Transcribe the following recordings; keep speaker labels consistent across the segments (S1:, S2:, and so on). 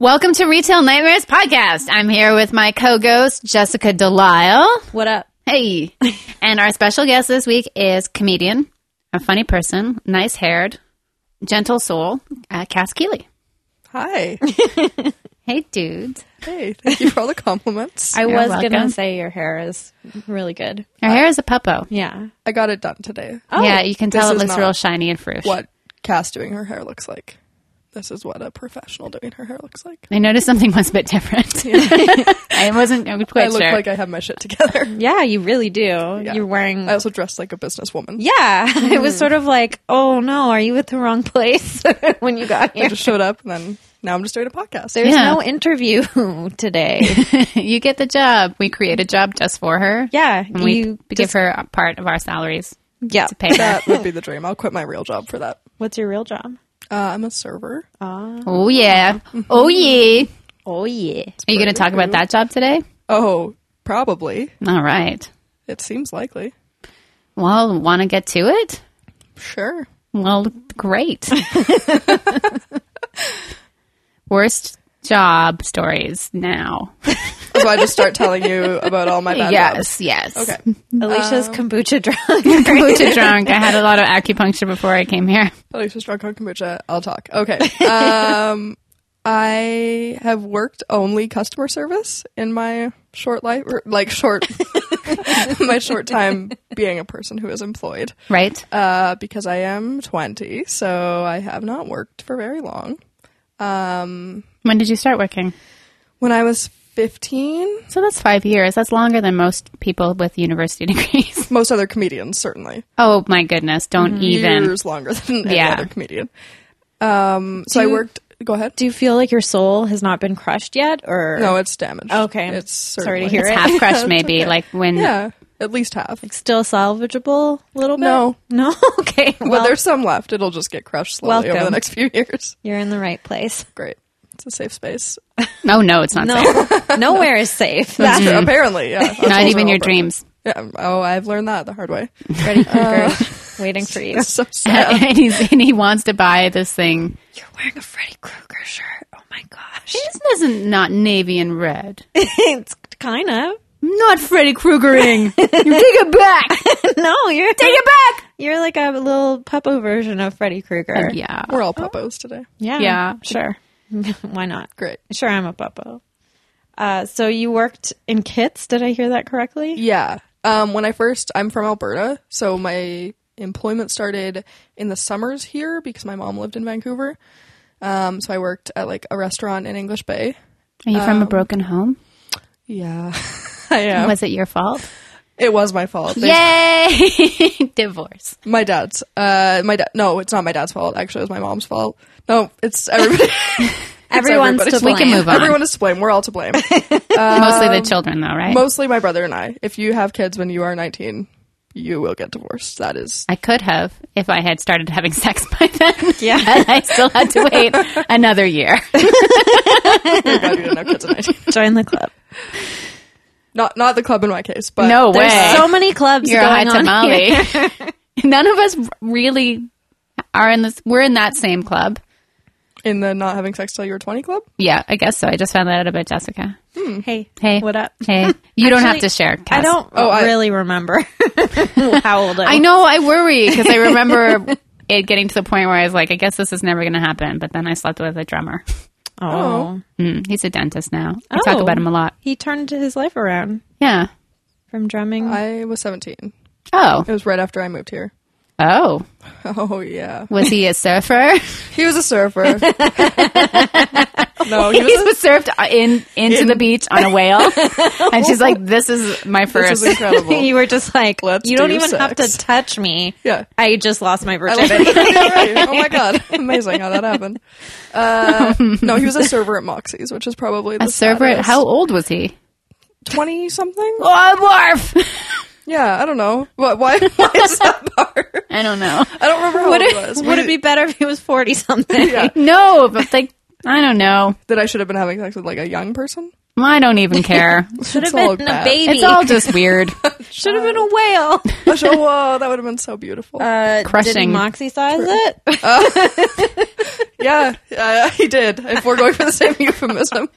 S1: Welcome to Retail Nightmares Podcast. I'm here with my co-ghost, Jessica Delisle.
S2: What up?
S1: Hey. and our special guest this week is comedian, a funny person, nice haired, gentle soul, uh, Cass Keeley.
S3: Hi.
S1: Hey, dudes.
S3: Hey, thank you for all the compliments. I,
S2: I
S1: You're
S2: was
S1: welcome.
S2: gonna say your hair is really good.
S1: Her hair is a puppo.
S2: Yeah.
S3: got it done today.
S1: yeah, you can tell
S3: Oh, this
S1: it
S3: is
S1: looks
S3: not
S1: real shiny and frou.
S3: What Cass doing her hair looks like. This is what a professional doing her hair looks like.
S1: I noticed something was a bit different. I wasn't I was quite
S3: I look
S1: sure.
S3: like I have my shit together.
S2: Yeah, you really do. You're wearing.
S3: I also dress like a businesswoman.
S2: yeah, it was sort of like, oh no, are you at the wrong place when you got
S3: I
S2: here?
S3: just showed up and then now I'm just doing a podcast.
S2: There's
S1: Yeah.
S2: no interview today.
S1: you get the job. We create a job just for her.
S2: Yeah,
S1: And we
S2: you
S1: give
S2: just-
S1: her a part of our salaries
S2: yeah.
S1: to pay her.
S3: that would be the dream. I'll quit my real job for that.
S2: What's your real job?
S3: Uh, I'm a server.
S1: oh, yeah.
S3: Mm-hmm.
S1: Oh, yeah.
S2: Oh yeah.
S1: Are you going to talk about that job today?
S3: Oh, probably.
S1: All right.
S3: It seems likely.
S1: Well, want to get to it?
S3: Sure.
S1: Well, great. Worst job stories now.
S3: So I just start telling you about all my bad jobs.
S1: yes, yes.
S3: Okay.
S2: Um, Alicia's kombucha drunk.
S1: Kombucha drunk. I had a lot of acupuncture before I came here.
S3: Alicia's drunk on kombucha. I'll talk. Okay. Um, I have worked only customer service in my short life, or like short, my short time being a person who is employed,
S1: Right?
S3: uh, because I am 20, so I have not worked for very long.
S1: When did you start working?
S3: When I was 15,
S1: So that's five years. That's longer than most people with university degrees.
S3: most other comedians certainly
S1: oh my goodness! Don't even.
S3: years longer than any
S1: Yeah.
S3: other comedian. Um, so I worked. Go ahead.
S2: do you feel like your soul has not been crushed yet, or
S3: No, it's damaged.
S2: Okay.
S3: it's
S2: Sorry to
S3: certainly-
S2: hear
S1: It's
S2: it.
S1: half crushed, maybe. Like when.
S3: Yeah, at least half.
S2: Still salvageable a little bit?
S3: No.
S2: No? Okay.
S3: but
S2: Well,
S3: there's some left. It'll just get crushed slowly over the
S2: Welcome.
S3: next few years.
S2: you're in the right place.
S3: Great. It's a safe space.
S1: Oh no, it's not. safe.
S2: No, nowhere is safe.
S3: That's true. Apparently, yeah. Our
S1: Not
S3: souls
S1: even your
S3: are all broken.
S1: dreams.
S3: Yeah. Oh, I've learned that the hard way.
S2: Freddy Krueger waiting for you.
S3: It's so sad.
S1: and, he's, and he wants to buy this thing.
S2: You're wearing a Freddy Krueger shirt. Oh my gosh.
S1: This isn't not navy and red.
S2: it's kind of.
S1: Not Freddy Kruegering. you take it back.
S2: No, you're take it back. You're like a little puppo version of Freddy Krueger.
S1: Yeah.
S3: We're all puppos today.
S2: yeah,
S1: Yeah.
S2: sure. Why not?
S3: Great.
S2: Sure, I'm a puppo. Uh, so you worked in Kits? Did I hear that correctly?
S3: Yeah. Um, when I first, I'm from Alberta, so my employment started in the summers here because my mom lived in Vancouver. Um, so I worked at like a restaurant in English Bay.
S1: Are you from a broken home?
S3: Yeah, I am.
S1: Was it your fault?
S3: It was my fault. They
S1: Yay! Divorce.
S3: My dad's. Uh, my dad. No, it's not my dad's fault. Actually, it was my mom's fault. No, it's everybody. it's
S2: Everyone's to
S3: everybody's
S2: blame.
S1: We can move on.
S3: Everyone is to blame. We're all to blame.
S1: Mostly the children, though, right?
S3: Mostly my brother and I. If you have kids when you are 19, you will get divorced. That is.
S1: I could have if I had started having sex by then.
S2: Yeah.
S1: and I still had to wait another year.
S3: I'm glad you didn't have kids at 19.
S2: Join the club.
S3: Not not the club in my case, but
S1: no way.
S2: There's so many clubs
S1: You're a high
S2: going on here.
S1: tamale. None of us really are in this. We're in that same club.
S3: in the not having sex till you were 20 club.
S1: Yeah, I guess so. I just found that out about Jessica.
S2: Hey,
S1: Hey.
S2: what up?
S1: Hey, you don't have
S2: Actually,
S1: to share.
S2: I
S1: Cass.
S2: don't
S3: Oh, I-
S2: really remember how old I
S1: I
S2: was.
S1: know. I worry because I remember it getting to the point where I was like, I guess this is never going to happen. But then I slept with a drummer.
S2: Oh.
S1: Mm, he's a dentist now. I talk
S2: Oh.
S1: about him a lot.
S2: He turned his life around
S1: Yeah.
S2: from drumming.
S1: Mm-hmm.
S3: I was 17.
S1: Oh.
S3: It was right after I moved here.
S1: Oh.
S3: Oh yeah,
S1: Was he a surfer?
S3: he was a surfer. no, Oh, he
S1: he
S3: was.
S1: was surfed uh, in into the beach on a whale, and she's like, "This is my
S3: A,
S1: first.
S3: this is incredible.
S2: you were just like,
S3: Let's
S2: you don't
S3: do
S2: even have
S3: sex."
S2: to touch me.
S3: Yeah.
S2: I just lost my
S3: I love
S2: virginity.
S3: it. Yeah, right. Oh my god! Amazing how that happened. Uh, no, he was a server at Moxie's, which is probably the
S1: a surfer.
S3: saddest.
S1: How old was he?
S3: twenty something?
S1: Oh, barf!
S3: Yeah, I don't know. What? Why? Why is that bar?
S1: I don't know.
S3: I don't remember how
S2: would
S3: old
S2: it,
S3: it was.
S2: would it be better if he was 40 something?
S3: Yeah.
S1: No, but like I don't know.
S3: That I should have been having sex with like a young person.
S1: I don't even care.
S3: Should
S4: Could have been a baby.
S1: it's all just weird.
S2: Should have been a whale.
S3: Oh, Whoa, that would have been so beautiful.
S2: Uh,
S1: Crushing.
S2: Did Moxie size it?
S3: yeah, uh, he did. If we're going for the same euphemism,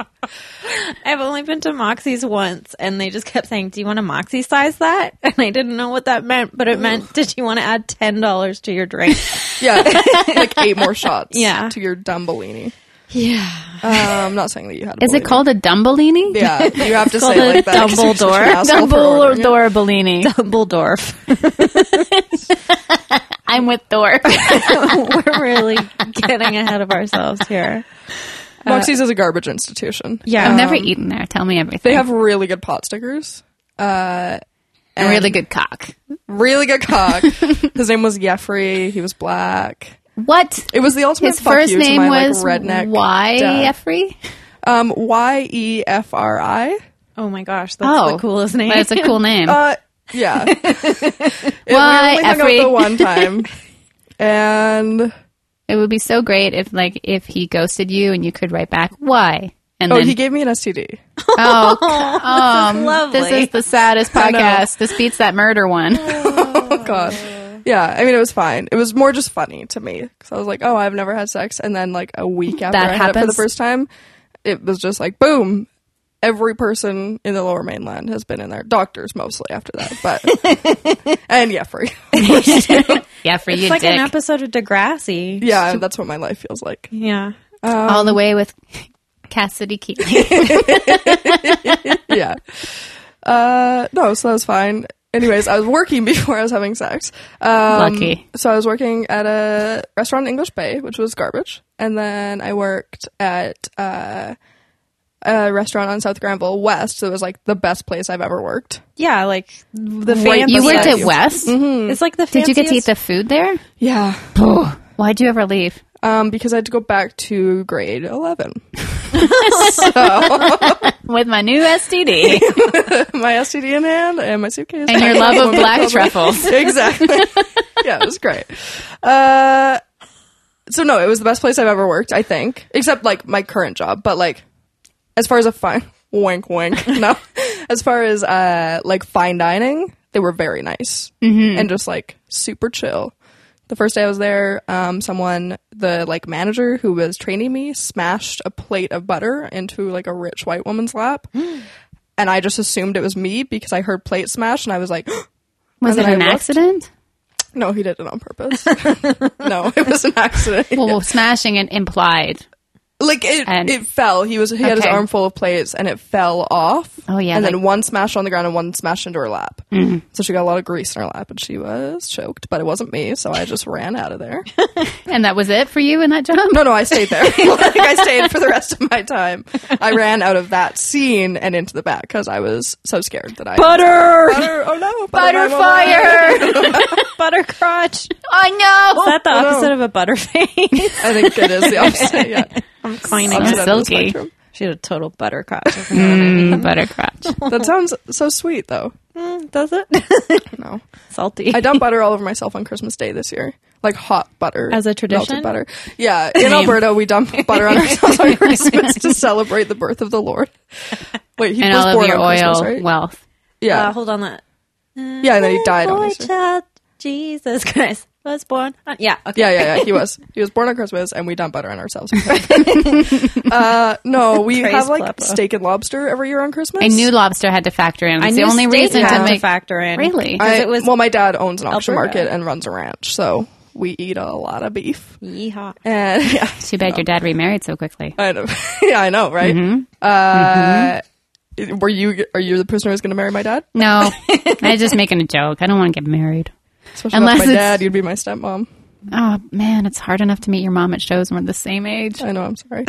S2: I've only been to Moxie's once, and they just kept saying, "Do you want to Moxie size that?" And I didn't know what that meant, but it meant, "Did you want to add ten dollars to your drink?"
S3: yeah, like eight more shots.
S2: Yeah.
S3: to your Dumbellini.
S2: yeah.
S3: Uh, I'm not saying that you had. a
S1: Is it
S3: Bellini.
S1: called a Dumbellini?
S3: Yeah, you have to
S2: called
S3: say it
S2: a
S3: like that. 'cause you're such an
S2: Dumbledore.
S3: asshole for
S1: Dumbledore
S3: ordering it.
S1: Thor Bellini.
S2: Dumbledore.
S1: I'm with Thor.
S2: We're really getting ahead of ourselves here.
S3: Moxie's is a garbage institution.
S2: Yeah.
S1: I've
S3: Um,
S1: never eaten there. Tell me everything.
S3: They have really good pot stickers. Uh,
S1: a really good cock.
S3: really good cock. His name was Jeffrey. He was black.
S1: What?
S3: It was the ultimate.
S1: His
S3: fuck
S1: first
S3: you to
S1: name
S3: my, like,
S1: was
S3: redneck.
S1: Y.
S3: dad.
S1: Jeffrey.
S3: Um, Y E F R I.
S2: Oh my gosh, that's the coolest name.
S1: But it's a cool name.
S3: Uh, yeah. It- we
S1: Why,
S3: only hung out
S1: Effie?
S3: the one time, and
S1: it would be so great if, like, if he ghosted you and you could write back why. And
S3: oh,
S1: then,
S3: he gave me an STD.
S1: oh, um,
S2: lovely.
S1: this is the saddest
S3: know.
S1: podcast. This beats that murder one.
S3: Oh God.
S1: Uh.
S3: Yeah, I mean it was fine. It was more just funny to me because I was like, "Oh, I've never had sex," and then like a week after
S1: That
S3: I had it for the
S1: happens.
S3: first time, it was just like, "Boom!" Every person in the Lower Mainland has been in there. Doctors mostly after that, but and yeah, free.
S1: yeah, for you,
S2: It's like
S1: dick.
S2: an episode of Degrassi.
S3: Yeah, that's what my life feels like.
S2: Yeah.
S3: um,
S1: All the way with Cassidy Keaton.
S3: yeah. Uh, no, so that was fine. Anyways, I was working before I was having sex. Um,
S1: Lucky.
S3: So I was working at a restaurant in English Bay, which was garbage, and then I worked at uh, a restaurant on South Granville West. So it was like the best place I've ever worked.
S2: Yeah, like the
S3: Right,
S2: fanciest.
S1: you worked
S3: Yeah.
S1: at West.
S2: Mm-hmm. It's like the
S1: Did you get to eat
S2: fanciest-
S1: the food there?
S3: Yeah.
S1: Why'd you ever leave?
S3: Um, because I had to go back to grade eleven.
S1: With my new STD
S3: my STD in hand and my suitcase.
S1: and your love of black truffles.
S3: exactly. yeah, it was great. Uh, so no, it was the best place I've ever worked. I think, except like my current job. But like, as far as a fine wink, wink. No, as far as uh, like fine dining, they were very nice and just like super chill. The first day I was there, um, someone, the like manager who was training me, smashed a plate of butter into like a rich white woman's lap, and I just assumed it was me because I heard plate smash, and I was like,
S1: Was
S3: And
S1: it
S3: then
S1: an
S3: I looked.
S1: accident?
S3: No, he did it on purpose. no, it was an accident.
S1: Well, smashing it implied.
S3: Like it,
S1: And-
S3: it fell. He was he had his
S1: Okay.
S3: arm full of plates, and it fell off.
S1: Oh, yeah,
S3: and then
S1: like- Mm-hmm.
S3: one smashed on the ground, and one smashed into her lap. So she got a lot of grease in her lap, and she was choked. But it wasn't me, so I just ran out of there.
S1: And that was it for you in that job?
S3: No, no, I stayed there. like I stayed for the rest of my time. I ran out of that scene and into the back because I was so scared that I
S2: butter,
S3: butter. Oh no,
S1: Butter
S3: my mama.
S1: fire!
S2: butter crotch? Is
S1: I know!
S2: that the
S3: Oh, no.
S2: opposite of a butterface?
S3: I think it is the opposite. Yeah,
S2: I'm coining
S1: Sounds
S2: it.
S3: Opposite end of the
S1: silky.
S3: spectrum.
S2: She had a total butter crotch. if you know what I mean.
S1: Mm, buttercrotch.
S3: That sounds so sweet, though.
S2: Does it?
S3: No.
S2: Salty.
S3: Mm. I dumped butter all over myself on Christmas Day this year, like hot butter
S2: As a tradition?
S3: Melted butter, yeah. In Alberta, we dump butter on ourselves on Christmas to celebrate the birth of the Lord. Wait, he
S1: And
S3: was
S1: all of
S3: born
S1: your
S3: on
S1: oil
S3: Christmas, right?
S1: wealth.
S3: yeah,
S2: Uh, hold on that.
S3: yeah. And then he died on
S2: Boy
S3: Easter.
S2: child, Jesus Christ was born. on- yeah. Okay.
S3: Yeah, yeah, yeah. He was. He was born on Christmas, and we dump butter on ourselves. uh, no, we
S2: Praise
S3: have like
S2: Pleppo.
S3: steak and lobster every year on Christmas.
S1: I knew lobster had to factor in. It's
S2: I
S1: the
S2: knew
S1: only
S2: steak
S1: reason
S2: had
S1: to make.
S2: factor in.
S1: Really?
S2: Because
S3: I-
S2: it was
S3: well, my dad owns an auction
S2: Alberta.
S3: market and runs a ranch, so we eat a lot of beef.
S2: yeehaw.
S3: And yeah,
S1: Too bad your dad remarried so quickly.
S3: I know. yeah, I know, right?
S1: Mm-hmm.
S3: Uh, Were you? Are you the person who's going to marry my dad?
S1: No, I'm just making a joke. I don't want to get married.
S3: Especially if that's
S1: Unless
S3: my
S1: it's-
S3: dad, you'd be my stepmom.
S1: Oh man, it's hard enough to meet your mom at shows when we're the same age,
S3: I know. I'm sorry.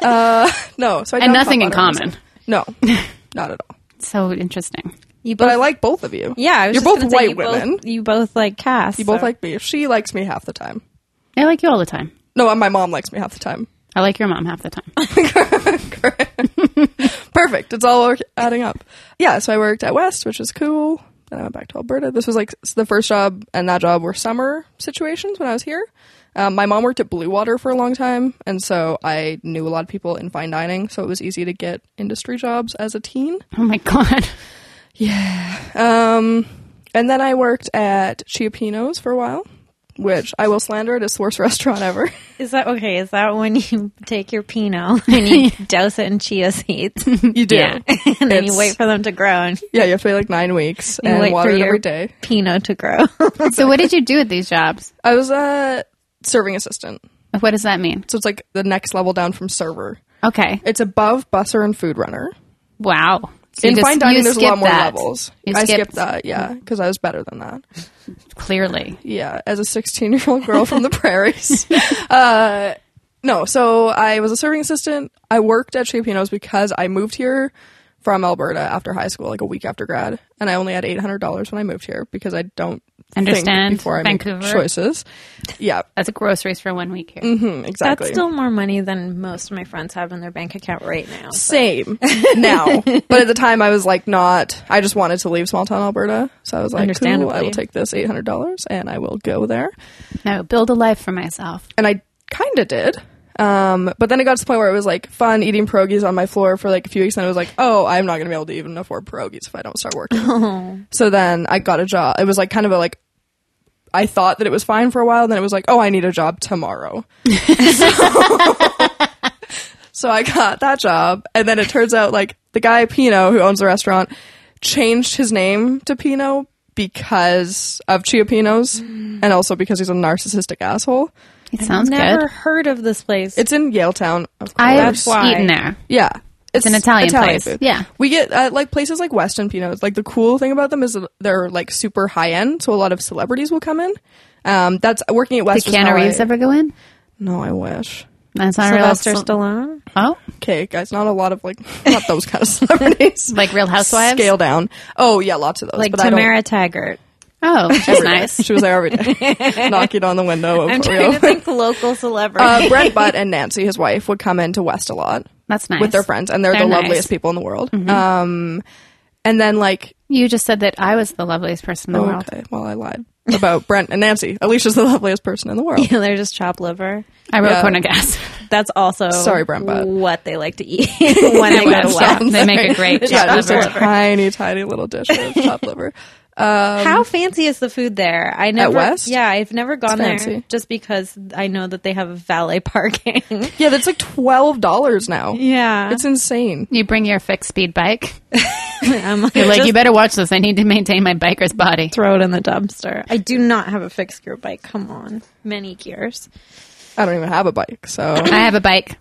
S3: uh, no, so I
S1: and
S3: don't
S1: nothing in
S3: talk about it.
S1: common.
S3: No, not at all.
S1: So interesting.
S2: You both.
S3: But I like both of you.
S2: yeah. I was
S3: you're
S2: just
S3: both
S2: gonna say
S3: white
S2: you
S3: women.
S2: Both, you both like cast.
S3: you both like me. She likes me half the time.
S1: I like you all the time.
S3: No, my mom likes me half the time.
S1: I like your mom half the time.
S3: Perfect. It's all work- adding up. Yeah, so I worked at West, which was cool. Then I went back to Alberta. This was like s- the first job and that job were summer situations when I was here. Um, my mom worked at Blue Water for a long time, and so I knew a lot of people in fine dining, so it was easy to get industry jobs as a teen.
S1: Oh my god.
S3: Um, and then I worked at Chiapino's for a while, which I will slander it as the worst restaurant ever.
S2: Is that okay? Is that when you take your Pinot and you douse it in chia seeds?
S3: you do.
S2: Yeah. and then
S3: It's-
S2: you wait for them to grow and you
S3: Yeah, you have to wait like nine weeks and
S2: wait
S3: water
S2: for
S3: it
S2: your
S3: every day.
S2: Pinot to grow.
S1: So what did you do at these jobs?
S3: I was a serving assistant,
S1: What does that mean?
S3: so it's like the next level down from server.
S1: Okay.
S3: It's above busser and food runner.
S1: Wow. So you
S3: in
S1: just-
S3: fine dining,
S1: you
S3: there's a lot
S1: skipped
S3: more
S1: that.
S3: levels.
S1: You Mm-hmm.
S3: I
S1: skipped-
S3: skipped that, yeah, because I was better than that.
S1: Clearly.
S3: Yeah, as a 16 year old girl from the prairies. Uh, no, so I was a serving assistant. I worked at Chapino's because I moved here from Alberta after high school, like a week after grad, and I only had $800 when I moved here because I don't think
S1: Understand.
S3: before I
S1: Vancouver.
S3: make choices. Yeah,
S1: That's groceries for one week here.
S3: hmm,
S2: That's
S3: exactly.
S2: still more money than most of my friends have in their bank account right now.
S3: same now, but at the time I was like not. I just wanted to leave small town Alberta, so I was like, cool, I
S2: Understandably.
S3: will take this eight hundred dollars and I will go there.
S1: No, build a life for myself.
S3: and I kind of did. Um, but then it got to the point where it was like fun eating pierogies on my floor for like a few weeks, and I was like, oh, I'm not going to be able to even afford pierogies if I don't start working. So then I got a job. It was like kind of a like. I thought that it was fine for a while, then it was like, oh, I need a job tomorrow. So I got that job, and then it turns out like the guy Pino who owns the restaurant changed his name to Pino because of Chia Pinos, and also because he's a narcissistic asshole.
S1: It sounds
S2: Never
S1: good.
S2: heard of this place.
S3: It's in Yale Town, of course.
S1: I've
S2: That's why.
S1: eaten there.
S3: yeah.
S1: an Italian place. Yeah.
S3: we get uh, like places like Weston Pinos. Like the cool thing about them is that they're like super high end, so a lot of celebrities will come in. Um, that's working at
S1: Did
S3: Weston.
S1: Keanu Reeves ever go in?
S3: no, I wish.
S1: That's not
S2: Sylvester
S1: real.
S2: Stallone.
S1: Oh,
S3: Okay, guys, not a lot of like not those kind of celebrities.
S1: like Real Housewives.
S3: Scale down. Oh yeah, lots of those.
S2: Like
S3: but I don't-
S2: Tamara Taggart.
S1: Oh, she's
S3: every day.
S1: nice.
S3: She was there every day, knocking on the window. of
S2: I'm
S3: for
S2: trying
S3: real.
S2: to think local celebrity.
S3: Uh, Brent Butt and Nancy, his wife, would come into West a lot.
S1: That's nice.
S3: with their friends, and they're,
S1: They're
S3: the
S1: nice.
S3: loveliest people in the world. Um, and then like, oh,
S1: You just said that I was the loveliest person in the world.
S3: okay, well, I lied about Brent and Nancy. Alicia's the loveliest person in the world.
S2: yeah, they're just chopped liver.
S1: I wrote
S3: Yeah.
S1: corn and gas.
S2: That's also
S3: Sorry, Brent Butt.
S2: what they like to eat when they go to
S1: Sorry.
S2: West.
S1: They make a great
S3: It's
S1: chopped
S3: just a
S1: liver.
S3: tiny, tiny little dish of chopped liver. Um,
S2: How fancy is the food there? I never.
S3: West?
S2: Yeah, I've never gone there
S3: fancy.
S2: just because I know that they have valet parking.
S3: yeah, that's like twelve dollars now.
S2: yeah,
S3: It's insane.
S1: You bring your fixed speed bike.
S2: I'm like,
S1: You're like,
S2: just
S1: you better watch this. I need to maintain my biker's body.
S2: throw it in the dumpster. I do not have a fixed gear bike. Come on, many gears.
S3: I don't even have a bike, so
S1: I have a bike,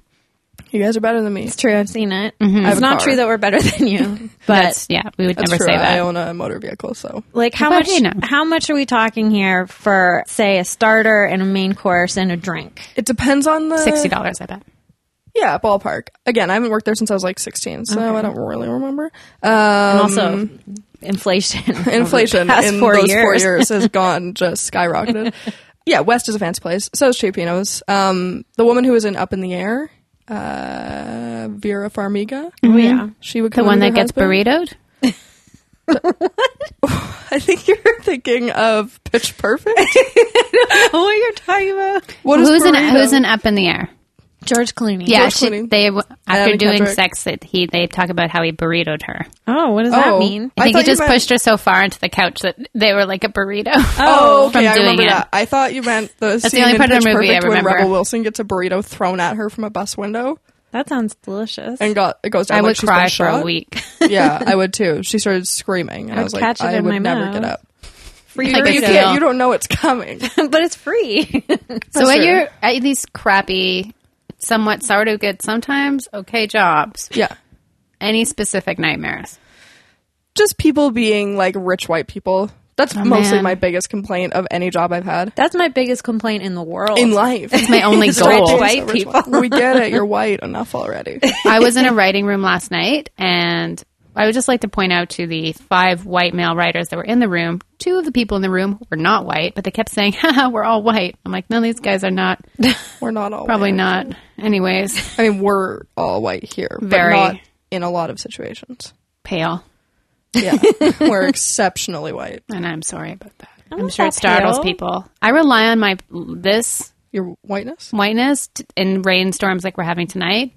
S3: you guys are better than me.
S2: It's true. I've seen it.
S3: I have
S2: It's
S3: a
S2: not
S3: car.
S2: true that we're better than you,
S1: but
S2: but
S1: yeah, we would
S3: That's
S1: never
S3: true.
S1: say
S3: I
S1: that.
S3: own a motor vehicle, so
S2: Like how
S1: But,
S2: much?
S1: you know.
S2: How much are we talking here for, say, a starter and a main course and a drink?
S3: it depends on the
S1: Sixty dollars, I bet.
S3: Yeah, ballpark. Again, I haven't worked there since I was like 16, so I don't really remember. Um,
S2: And also inflation. over the
S3: inflation
S2: past
S3: in those four years has gone just skyrocketed. yeah, West is a fancy place. So is Chapino's. Um, the woman who was in Up in the Air, uh, Vera Farmiga,
S2: Oh, yeah.
S3: she would
S1: The
S3: come
S1: one
S3: with
S1: that
S3: her
S1: gets
S3: husband.
S1: burritoed.
S3: I think you're thinking of Pitch Perfect.
S2: what you're talking about?
S3: What is
S1: Who's in
S3: burrito?
S1: Who's in Up in the Air?
S2: George Clooney.
S1: Yeah,
S3: George
S1: she,
S3: Clooney.
S1: they after
S3: Anna
S1: doing
S3: Kendrick.
S1: sex, that he they talk about how he burritoed her.
S2: Oh, what does that
S3: Oh.
S2: mean?
S1: I
S3: I
S1: think he
S3: thought you
S1: just
S3: meant-
S1: pushed her so far into the couch that they were like a burrito.
S3: Oh, okay.
S1: from
S3: I
S1: doing
S3: remember
S1: it.
S3: that. I thought you meant the
S1: the
S3: scene
S1: only
S3: in
S1: part of the
S3: Pitch
S1: movie I
S3: Perfect when
S1: remember.
S3: Rebel Wilson gets a burrito thrown at her from a bus window
S2: That sounds delicious.
S3: and got it goes down.
S1: I
S3: like
S1: would
S3: she's been
S1: cry for a
S3: shot.
S1: week.
S3: yeah, I would too. She started screaming, and I,
S2: would
S3: was like,
S2: catch it
S3: I
S2: in my
S3: would never
S2: mouth.
S3: get up.
S2: free
S1: Like,
S3: But you
S1: Burrito.
S3: can't. You don't know it's coming.
S2: but it's free.
S1: so at
S3: true.
S1: your at these crappy, somewhat sourdough good, sometimes okay jobs.
S3: Yeah,
S1: Any specific nightmares?
S3: just people being like rich white people. That's mostly
S1: man.
S3: my biggest complaint of any job I've had
S2: That's my biggest complaint in the world.
S3: in life.
S1: It's my only
S2: It's right
S1: goal.
S2: to white
S3: Rich white- we get it. You're white enough already.
S1: I was in a writing room last night, and I would just like to point out to the five white male writers that were in the room. Two of the people in the room were not white, but they kept saying, "Haha, we're all white." I'm like, "No, these guys are not.
S3: We're not all
S1: Probably not."
S3: white.
S1: Anyways,
S3: I mean, we're all white here,
S1: Very.
S3: but not in a lot of situations.
S1: pale,
S3: Yeah, we're exceptionally white.
S1: and I'm sorry about that. I'm,
S2: not
S1: sure it
S2: that
S1: startles
S2: pale.
S1: people. I rely on my this
S3: Your whiteness?
S1: whiteness t- in rainstorms like we're having tonight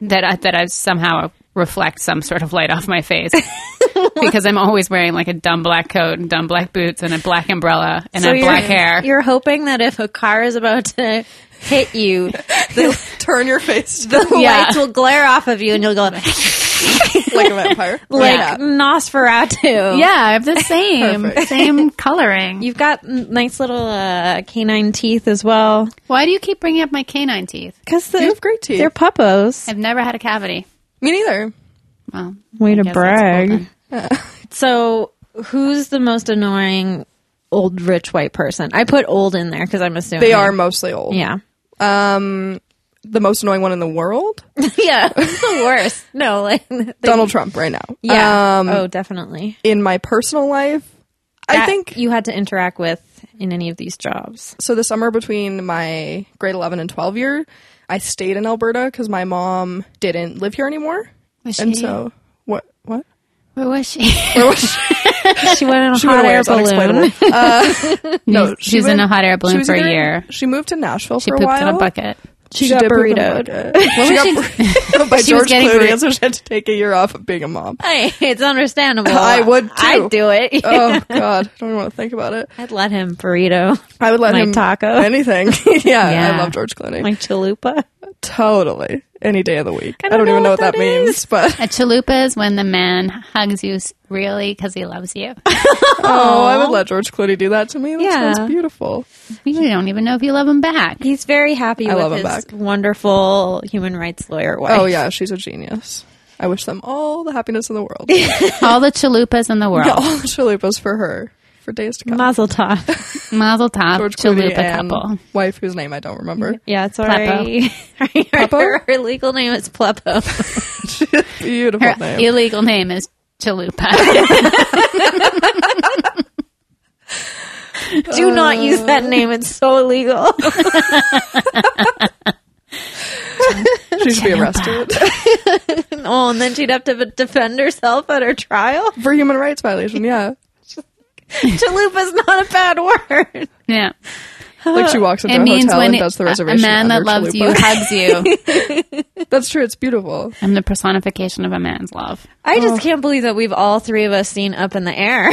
S1: that I, that I somehow reflect some sort of light off my face because I'm always wearing like a dumb black coat and dumb black boots and a black umbrella and I have
S2: you're-
S1: black hair.
S2: You're hoping that if a car is about to hit you, the,
S3: Turn your face to
S2: the
S1: Yeah.
S2: lights will glare off of you, and you'll go like
S3: like a vampire. Yeah.
S2: Nosferatu.
S1: yeah, I have the same
S3: Perfect.
S1: same coloring.
S2: You've got n- nice little uh, canine teeth as well.
S1: Why do you keep bringing up my canine teeth?
S2: Because
S3: You have great teeth.
S2: They're puppos.
S1: I've never had a cavity.
S3: Me neither.
S1: Well,
S2: Way to
S1: guess that's cool
S2: brag. So, who's the most annoying old rich white person? I put old in there because I'm assuming
S3: They are mostly old.
S2: Yeah.
S3: Um, the most annoying one in the world,
S2: yeah. It's the worst. No, like they-
S3: Donald Trump, right now.
S2: Yeah.
S3: Um,
S2: oh, definitely.
S3: in my personal life, I
S2: That
S3: think
S2: you had to interact with in any of these jobs.
S3: so the summer between my grade 11 and 12 year i stayed in alberta because my mom didn't live here anymore
S1: Was
S3: and
S1: she-
S3: so what what
S1: Where was she?
S3: where was she,
S2: She went in a
S3: She went
S2: hot
S3: away.
S2: air
S3: It's
S2: balloon.
S3: unexplainable. Uh, no,
S1: she was in a hot air balloon
S3: she was
S1: for a
S3: either-
S1: year.
S3: She moved to Nashville
S1: She
S3: for a
S1: pooped
S3: while.
S1: in a bucket.
S2: She got
S3: did poop in a
S2: burritoed.
S3: bucket. she got burritoed
S1: She
S3: by
S1: was
S3: George
S1: getting
S3: Clooney,
S1: burri-
S3: and so she had to take a year off of being a mom.
S2: Hey, it's understandable.
S3: I would, too.
S2: I'd do it.
S3: Oh God, I don't even want to think about it.
S2: I'd let him burrito
S3: I would let
S2: My
S3: him
S2: taco.
S3: anything. yeah,
S2: Yeah.
S3: I love George Clooney.
S2: my chalupa.
S3: totally, any day of the week. I
S2: don't
S3: don't,
S2: know
S3: even know
S2: what
S3: what that,
S2: that
S3: means, but
S1: A chalupa is when the man hugs you s- really because he loves you.
S3: Oh, I would let George Clooney do that to me. That
S2: Yeah.
S3: sounds beautiful.
S1: We don't even know if you love him back.
S2: He's very happy
S3: I
S2: with
S3: love him
S2: his
S3: back.
S2: wonderful human rights lawyer wife.
S3: Oh yeah, she's a genius. I wish them all the happiness in the world.
S1: All the chalupas in the world.
S3: all the chalupas for her for days to come.
S2: Mazel tov.
S1: Mazel tov,
S3: George Clooney
S1: chalupa
S3: and
S1: couple.
S3: wife whose name I don't remember.
S2: Yeah, it's all
S1: Pleppo.
S2: right. Her, her legal name is Pleppo.
S3: Beautiful
S1: Her
S3: name.
S1: illegal name is chalupa.
S2: Do not
S3: Uh.
S2: use that name. It's so illegal.
S3: she should be arrested
S2: oh, and then she'd have to defend herself at her trial.
S3: for human rights violation. Yeah,
S2: Chalupa's not a bad word.
S1: yeah,
S3: like she walks into
S1: it
S3: a
S1: means
S3: hotel
S1: when
S3: and
S1: it-
S3: does the
S1: a-
S3: reservation.
S1: a man that
S3: under
S1: loves you
S3: chalupa.
S1: hugs you.
S3: That's true. It's beautiful.
S1: I'm the personification of a man's love.
S2: I
S3: Oh.
S2: just can't believe that we've all three of us seen Up in the Air.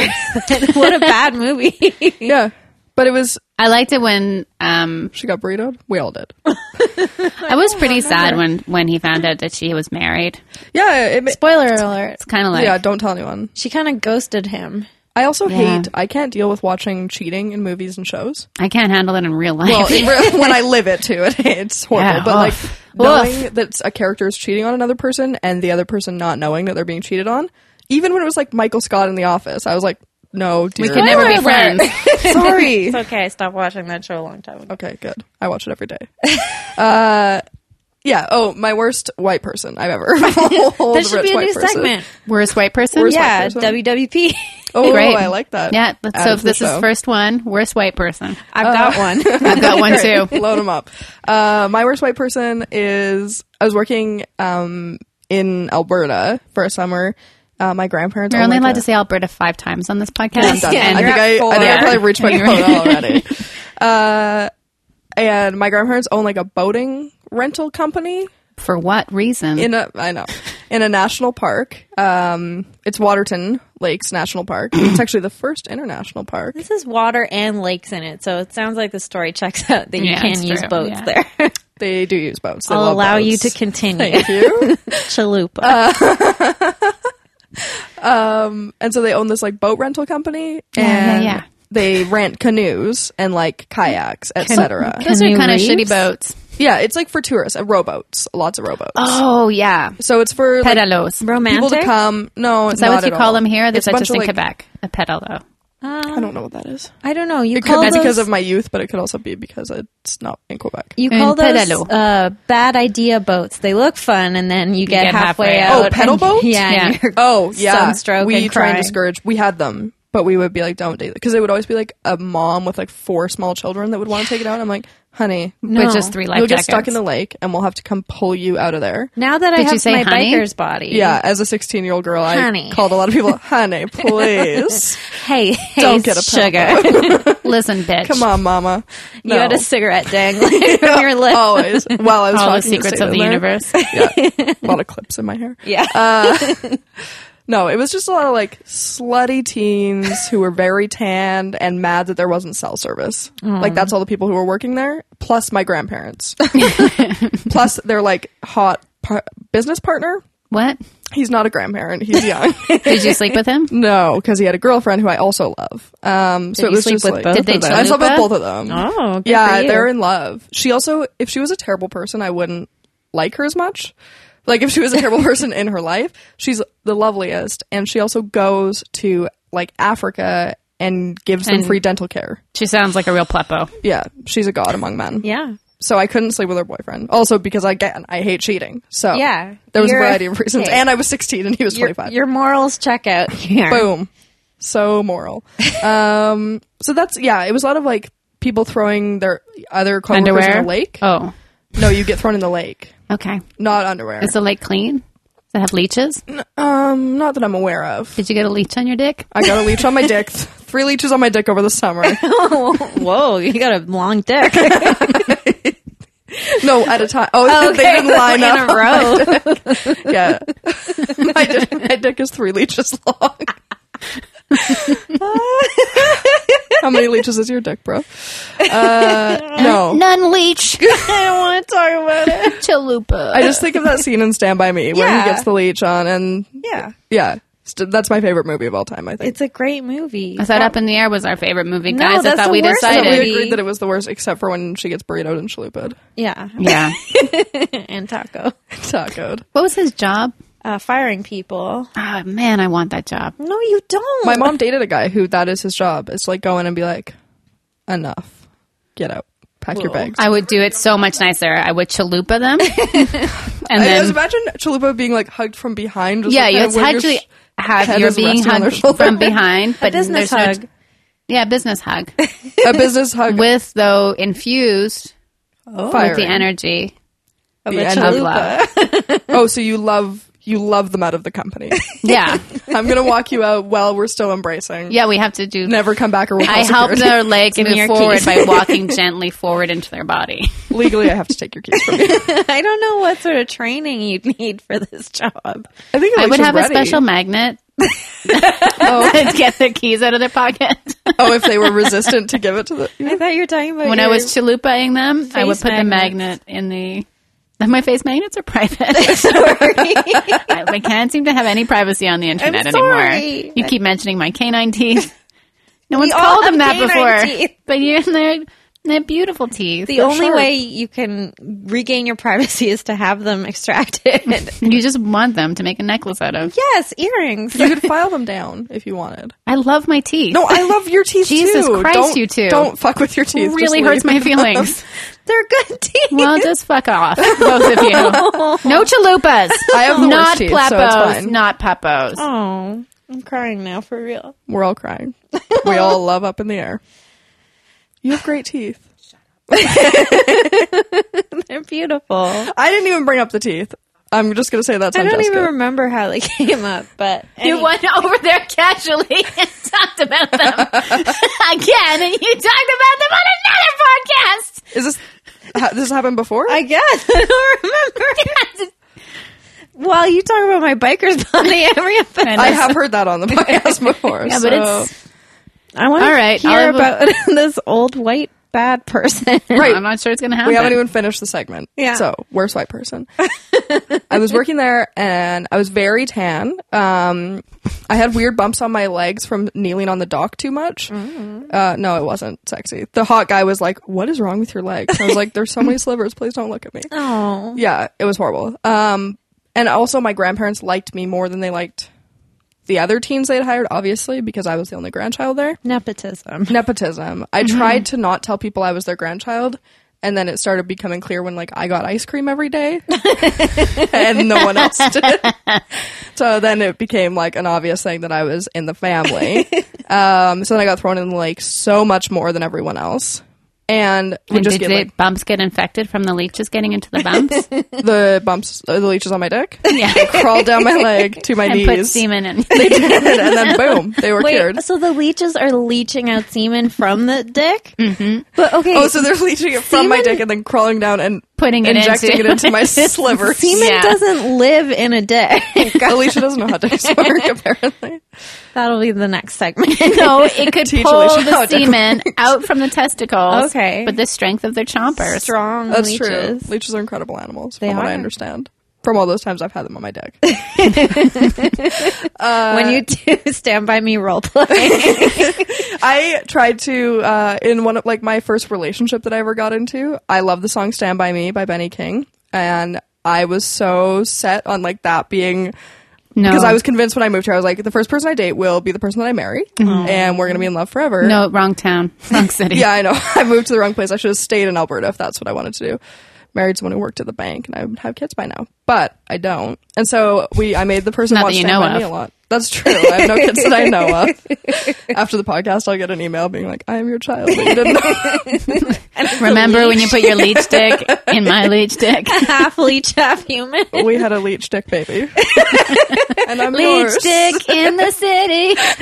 S2: what a bad movie.
S3: Yeah, but it was
S1: I liked it when um,
S3: she got burritoed. We all did.
S1: I was pretty sad when when he found out that she was married.
S3: Yeah, it. ma-
S2: Spoiler alert.
S1: It's kind of like
S3: Yeah, don't tell anyone.
S2: She kind of ghosted him.
S3: I also
S1: Yeah.
S3: hate. I can't deal with watching cheating in movies and shows.
S1: I can't handle it in real life.
S3: Well, in real- Oh, when I live it too, it, it's horrible.
S1: Yeah,
S3: but like
S1: oof.
S3: knowing that a character is cheating on another person and the other person not knowing that they're being cheated on, even when it was like Michael Scott in The Office, I was like, no, dear.
S1: we could never be friends.
S3: Sorry.
S2: It's okay. I stopped watching that show a long time ago.
S3: okay, good. I watch it every day. Uh, yeah. Oh, my worst white person I've ever. that
S2: This should be a new segment.
S1: Worst white person.
S3: Worst white
S2: Yeah,
S3: person.
S2: WWP.
S3: Oh,
S1: Great.
S3: I like that.
S1: Yeah. let's-
S3: Add
S1: So
S3: to
S1: if
S3: the
S1: this is
S3: show.
S1: first one, worst white person.
S2: I've
S3: Oh.
S2: got one.
S1: I've got one too.
S3: Load them up. Uh, my worst white person is I was working um, in Alberta for a summer. Uh, my grandparents.
S1: You're
S3: own,
S1: only
S3: like,
S1: allowed to
S3: a-
S1: say Alberta five times on this
S3: Yeah, I'm
S1: podcast.
S3: done.
S2: Yeah,
S1: and
S3: I
S2: you're
S3: think
S2: at
S3: I, I think I
S2: four.
S3: probably reached my quota already. Uh, and my grandparents own like a boating rental company
S1: for what reason?
S3: in a I know in a national park. Um, it's Waterton Lakes National Park. It's actually the first international park.
S2: This is water and lakes in it, so it sounds like the story checks out that you
S1: Yeah,
S2: can
S1: it's
S2: use
S1: true,
S2: boats
S1: yeah.
S2: there.
S3: They do use boats. They
S2: I'll
S3: love
S2: allow you
S3: boats.
S2: to continue.
S3: Thank you. Uh,
S2: Chalupa.
S3: and so they own this like boat rental company
S1: Yeah, yeah,
S3: and
S1: yeah.
S3: they rent canoes and like kayaks etc
S1: Those are
S2: Canoe
S1: kind of
S2: reefs?
S1: shitty boats.
S3: yeah it's like for tourists uh, rowboats lots of rowboats
S1: Oh yeah,
S3: so it's for like,
S1: pedalos.
S2: Romantic.
S3: people to come no
S1: Is that
S3: not
S1: what you
S3: at
S1: call
S3: all.
S1: them here? That's
S3: It's a bunch
S1: just
S3: of,
S1: in
S3: like-
S1: Quebec. A pedalo.
S3: i don't know what that is
S2: Uh, I don't know. You
S3: it could
S2: call
S3: be
S2: those,
S3: because of my youth but it could also be because it's not in quebec
S2: you
S1: Un
S2: call those
S1: pedalo.
S2: uh, bad idea boats. They look fun, and then you get,
S1: get
S2: halfway,
S1: halfway
S2: out.
S3: out. Oh, pedal
S2: and-
S3: boat?
S2: Yeah. and
S1: Yeah.
S2: you're
S3: oh yeah
S2: Sunstroke.
S3: we
S2: and
S3: try and
S2: crying.
S3: discourage we had them but we would be like don't date because it would always be like a mom with like four small children that would want to take it out i'm like honey,
S1: with
S2: No.
S1: just three life
S3: you'll get
S1: jackets.
S3: stuck in the lake, and we'll have to come pull you out of there.
S2: Now that I
S1: Did you
S2: have
S1: say
S2: my
S1: honey?
S2: biker's body.
S3: Yeah, as a 16 year old girl, I
S2: Honey.
S3: called a lot of people, honey, please.
S2: Hey, hey
S3: Don't get a
S2: sugar.
S1: Listen, bitch.
S3: Come on, mama.
S2: you had a
S3: No. Oh.
S2: cigarette dangling from your lip.
S3: Always. While I was
S1: All the
S3: talking, it
S1: secrets
S3: stayed
S1: of the
S3: in there.
S1: universe.
S3: Yeah. a lot of clips in my hair.
S2: Yeah.
S3: No, it was just a lot of like slutty teens who were very tanned and mad that there wasn't cell service.
S2: Mm.
S3: Like that's all the people who were working there, plus my grandparents, plus their like hot par- business partner.
S1: What?
S3: He's not a grandparent; he's young.
S1: Did you sleep with him?
S3: no, because he had a girlfriend who I also love. Um, so
S2: Did
S3: it
S2: you
S3: was
S2: sleep
S3: just
S2: with
S3: like,
S2: both
S1: Did they of them?
S3: I slept with
S1: chalupa?
S3: both of them.
S2: oh, good
S3: yeah,
S2: for you.
S3: they're in love. She also, if she was a terrible person, I wouldn't like her as much. Like if she was a terrible person in her life, she's the loveliest, and she also goes to like Africa and gives them
S1: And-
S3: free dental care.
S1: She sounds like a real pleppo.
S3: Yeah, she's a god among men.
S2: yeah.
S3: So I couldn't sleep with her boyfriend. Also because again, I hate cheating. So
S2: Yeah,
S3: there was a
S2: you're-
S3: variety of reasons,
S2: hey.
S3: and I was sixteen and he was
S2: Your,
S3: twenty five.
S2: your morals check out here.
S3: Boom. So moral. um. So that's yeah. It was a lot of like people throwing their other coworkers
S1: Underwear.
S3: in the lake.
S1: Oh,
S3: No, you get thrown in the lake,
S1: okay.
S3: not underwear.
S1: Is the lake clean? Does it have leeches?
S3: um, not that I'm aware of.
S1: Did you get a leech on your dick?
S3: I got a leech on my dick. th- Three leeches on my dick over the summer.
S2: Oh. Whoa, you got a long dick.
S3: No, at a time. Oh, they didn't line
S2: in
S3: up.
S2: a row.
S3: Yeah, my, dick, my dick is three leeches long. How many leeches is your dick, bro? Uh, no.
S1: None leech.
S2: I don't want to talk about it.
S1: Chalupa.
S3: I just think of that scene in Stand By Me where
S2: Yeah.
S3: he gets the leech on, and
S2: Yeah.
S3: yeah, St- that's my favorite movie of all time. I think
S2: It's a great movie.
S1: I thought Up in the Air was our favorite movie,
S2: No,
S1: guys. I
S2: that's
S1: thought
S2: the
S1: we
S2: worst
S3: So
S1: decided.
S3: we
S2: movie.
S3: agreed that it was the worst, except for when she gets burritoed and chalupaed,
S2: Yeah.
S1: Yeah.
S2: and Taco.
S3: tacoed.
S1: What was his job?
S2: Uh, firing people.
S1: Oh man, I want that job.
S2: No, you don't.
S3: My mom dated a guy who that is his job. It's like go in and be like, enough, get out, pack your bags.
S1: I would do it so much nicer. I would chalupa them, and
S3: I, I just
S1: then
S3: imagine Chalupa being like hugged from behind. Just
S1: yeah,
S3: like,
S1: you
S3: kinda when
S1: actually have
S3: head
S1: your
S3: is
S1: being
S3: resting on their
S1: hugged
S3: shoulder.
S1: from behind, but
S2: business
S1: there's no-
S2: hug.
S1: yeah, business hug
S3: a business hug
S1: with though infused
S3: firing.
S1: with the energy
S2: Of
S3: the
S2: a
S3: end
S1: of
S2: chalupa.
S1: love.
S3: Oh, so you love you love them out of the company.
S1: Yeah,
S3: I'm gonna walk you out while we're still embracing.
S1: yeah, we have to do.
S3: Never come back or we'll call
S1: I help
S3: security.
S1: their legs
S2: Give me
S1: move
S2: your
S1: forward
S2: keys.
S1: by walking gently forward into their body.
S3: Legally, I have to take your keys from you.
S2: I don't know what sort of training you'd need for this job.
S3: I think it
S1: I
S3: makes
S1: would
S3: you
S1: have
S3: ready.
S1: a special magnet.
S2: Oh.
S1: to get their keys out of their pocket.
S3: Oh, if they were resistant to give it to the.
S2: I thought you were talking about
S1: when I
S2: your-
S1: was chalupaing them, I would
S2: Face
S1: put the magnet
S2: magnets.
S1: in the. My face magnets are private. I, I can't seem to have any privacy on the internet
S2: sorry.
S1: anymore. You keep mentioning my canine teeth. No one's
S2: all
S1: called them that
S2: have canine
S1: before.
S2: teeth.
S1: But you they're, they're beautiful teeth.
S2: the
S1: They're
S2: only
S1: sharp.
S2: way you can regain your privacy is to have them extracted.
S1: you just want them to make a necklace out of.
S2: yes, earrings.
S3: You could file them down if you wanted.
S1: I love my teeth.
S3: No, I love your teeth
S1: Jesus
S3: too.
S1: Christ,
S3: Don't-
S1: you two.
S3: Don't fuck with your
S1: it
S3: teeth.
S1: really
S3: Just
S1: hurts
S3: leave.
S1: my feelings.
S2: They're good teeth.
S1: well, just fuck off, both of you. No chalupas.
S3: I have the
S1: not
S3: worst teeth, so it's
S1: plepos,
S3: fine.
S1: not pepos.
S2: oh, I'm crying now for real.
S3: We're all crying. We all love up in the air. You have great teeth.
S2: They're beautiful.
S3: I didn't even bring up the teeth. I'm just gonna say that's
S2: I
S3: on
S2: don't
S3: Jessica.
S2: even remember how they came up, but
S1: You went over there casually and talked about them again, and you talked about them on another podcast.
S3: Is this ha- this happened before?
S2: I guess I don't remember. While you talk about my biker's body every episode,
S3: I have heard that on the podcast before.
S1: yeah,
S3: so.
S1: but it's
S2: I want
S1: All right,
S2: to hear
S1: I'll-
S2: about this old white bad person.
S3: Right.
S1: I'm not sure it's going to happen.
S3: we haven't even finished the segment.
S2: Yeah.
S3: So worst white person. I was working there and I was very tan. Um, I had weird bumps on my legs from kneeling on the dock too much.
S2: Mm.
S3: Uh, no, it wasn't sexy. The hot guy was like, "What is wrong with your legs?" I was like, "There's so many slivers. Please don't look at me."
S2: Oh,
S3: Yeah, it was horrible. Um, and also my grandparents liked me more than they liked the other teens they'd hired, obviously, because I was the only grandchild there.
S2: nepotism.
S3: Nepotism. I
S1: Mm-hmm.
S3: tried to not tell people I was their grandchild, and then it started becoming clear when like I got ice cream every day, and no one else did. So then it became like an obvious thing that I was in the family. um, so then I got thrown in the lake so much more than everyone else. and would
S1: And
S3: just
S1: did
S3: get
S1: the
S3: like,
S1: bumps get infected from the leeches getting into the bumps?
S3: the bumps, uh, the leeches on my dick,
S1: yeah.
S3: crawl down my leg to my
S1: and
S3: knees,
S1: put semen in. uh,
S3: and then boom, they were cured.
S2: so the leeches are leaching out semen from the dick? Mm-hmm. But okay,
S3: Oh, so they're leeching it from my
S2: Semen-
S3: dick and then crawling down and
S1: Putting it
S3: injecting
S1: into-
S3: it into my slivers.
S2: semen
S1: Yeah.
S2: doesn't live in a dick.
S3: Alicia doesn't know how dicks work, apparently.
S2: That'll be the next segment.
S1: no, it could
S3: Teach
S1: pull
S3: Alicia how
S1: the
S3: to- Oh,
S1: semen out from the testicles.
S2: Okay.
S1: But the strength of their chompers.
S2: Strong
S3: That's
S2: leeches.
S3: true. Leeches are incredible animals,
S2: They
S3: from what
S2: are.
S3: I understand. From all those times I've had them on my dick.
S2: Uh, when you do stand by me role play.
S3: I tried to uh, in one of like my first relationship that I ever got into. I love the song "Stand by Me" by Benny King, and I was so set on like that being
S1: No.
S3: because I was convinced when I moved here. I was like, the first person I date will be the person that I marry, and we're gonna be in love forever.
S1: No, wrong town. Wrong city.
S3: Yeah, I know. I moved to the wrong place. I should have stayed in Alberta if that's what I wanted to do. Married someone who worked at the bank, and I would have kids by now, but I don't. And so we, I made the person
S1: Not
S3: watch
S1: that you
S3: Stand
S1: know
S3: by
S1: of.
S3: Me a lot. That's true. I have no kids that I know of. After the podcast, I'll get an email being like, "I am your child." But you didn't know.
S1: Remember when you put your leech dick in my leech dick?
S2: half leech, half human.
S3: we had a leech dick baby, and I'm yours.
S2: Leech dick in the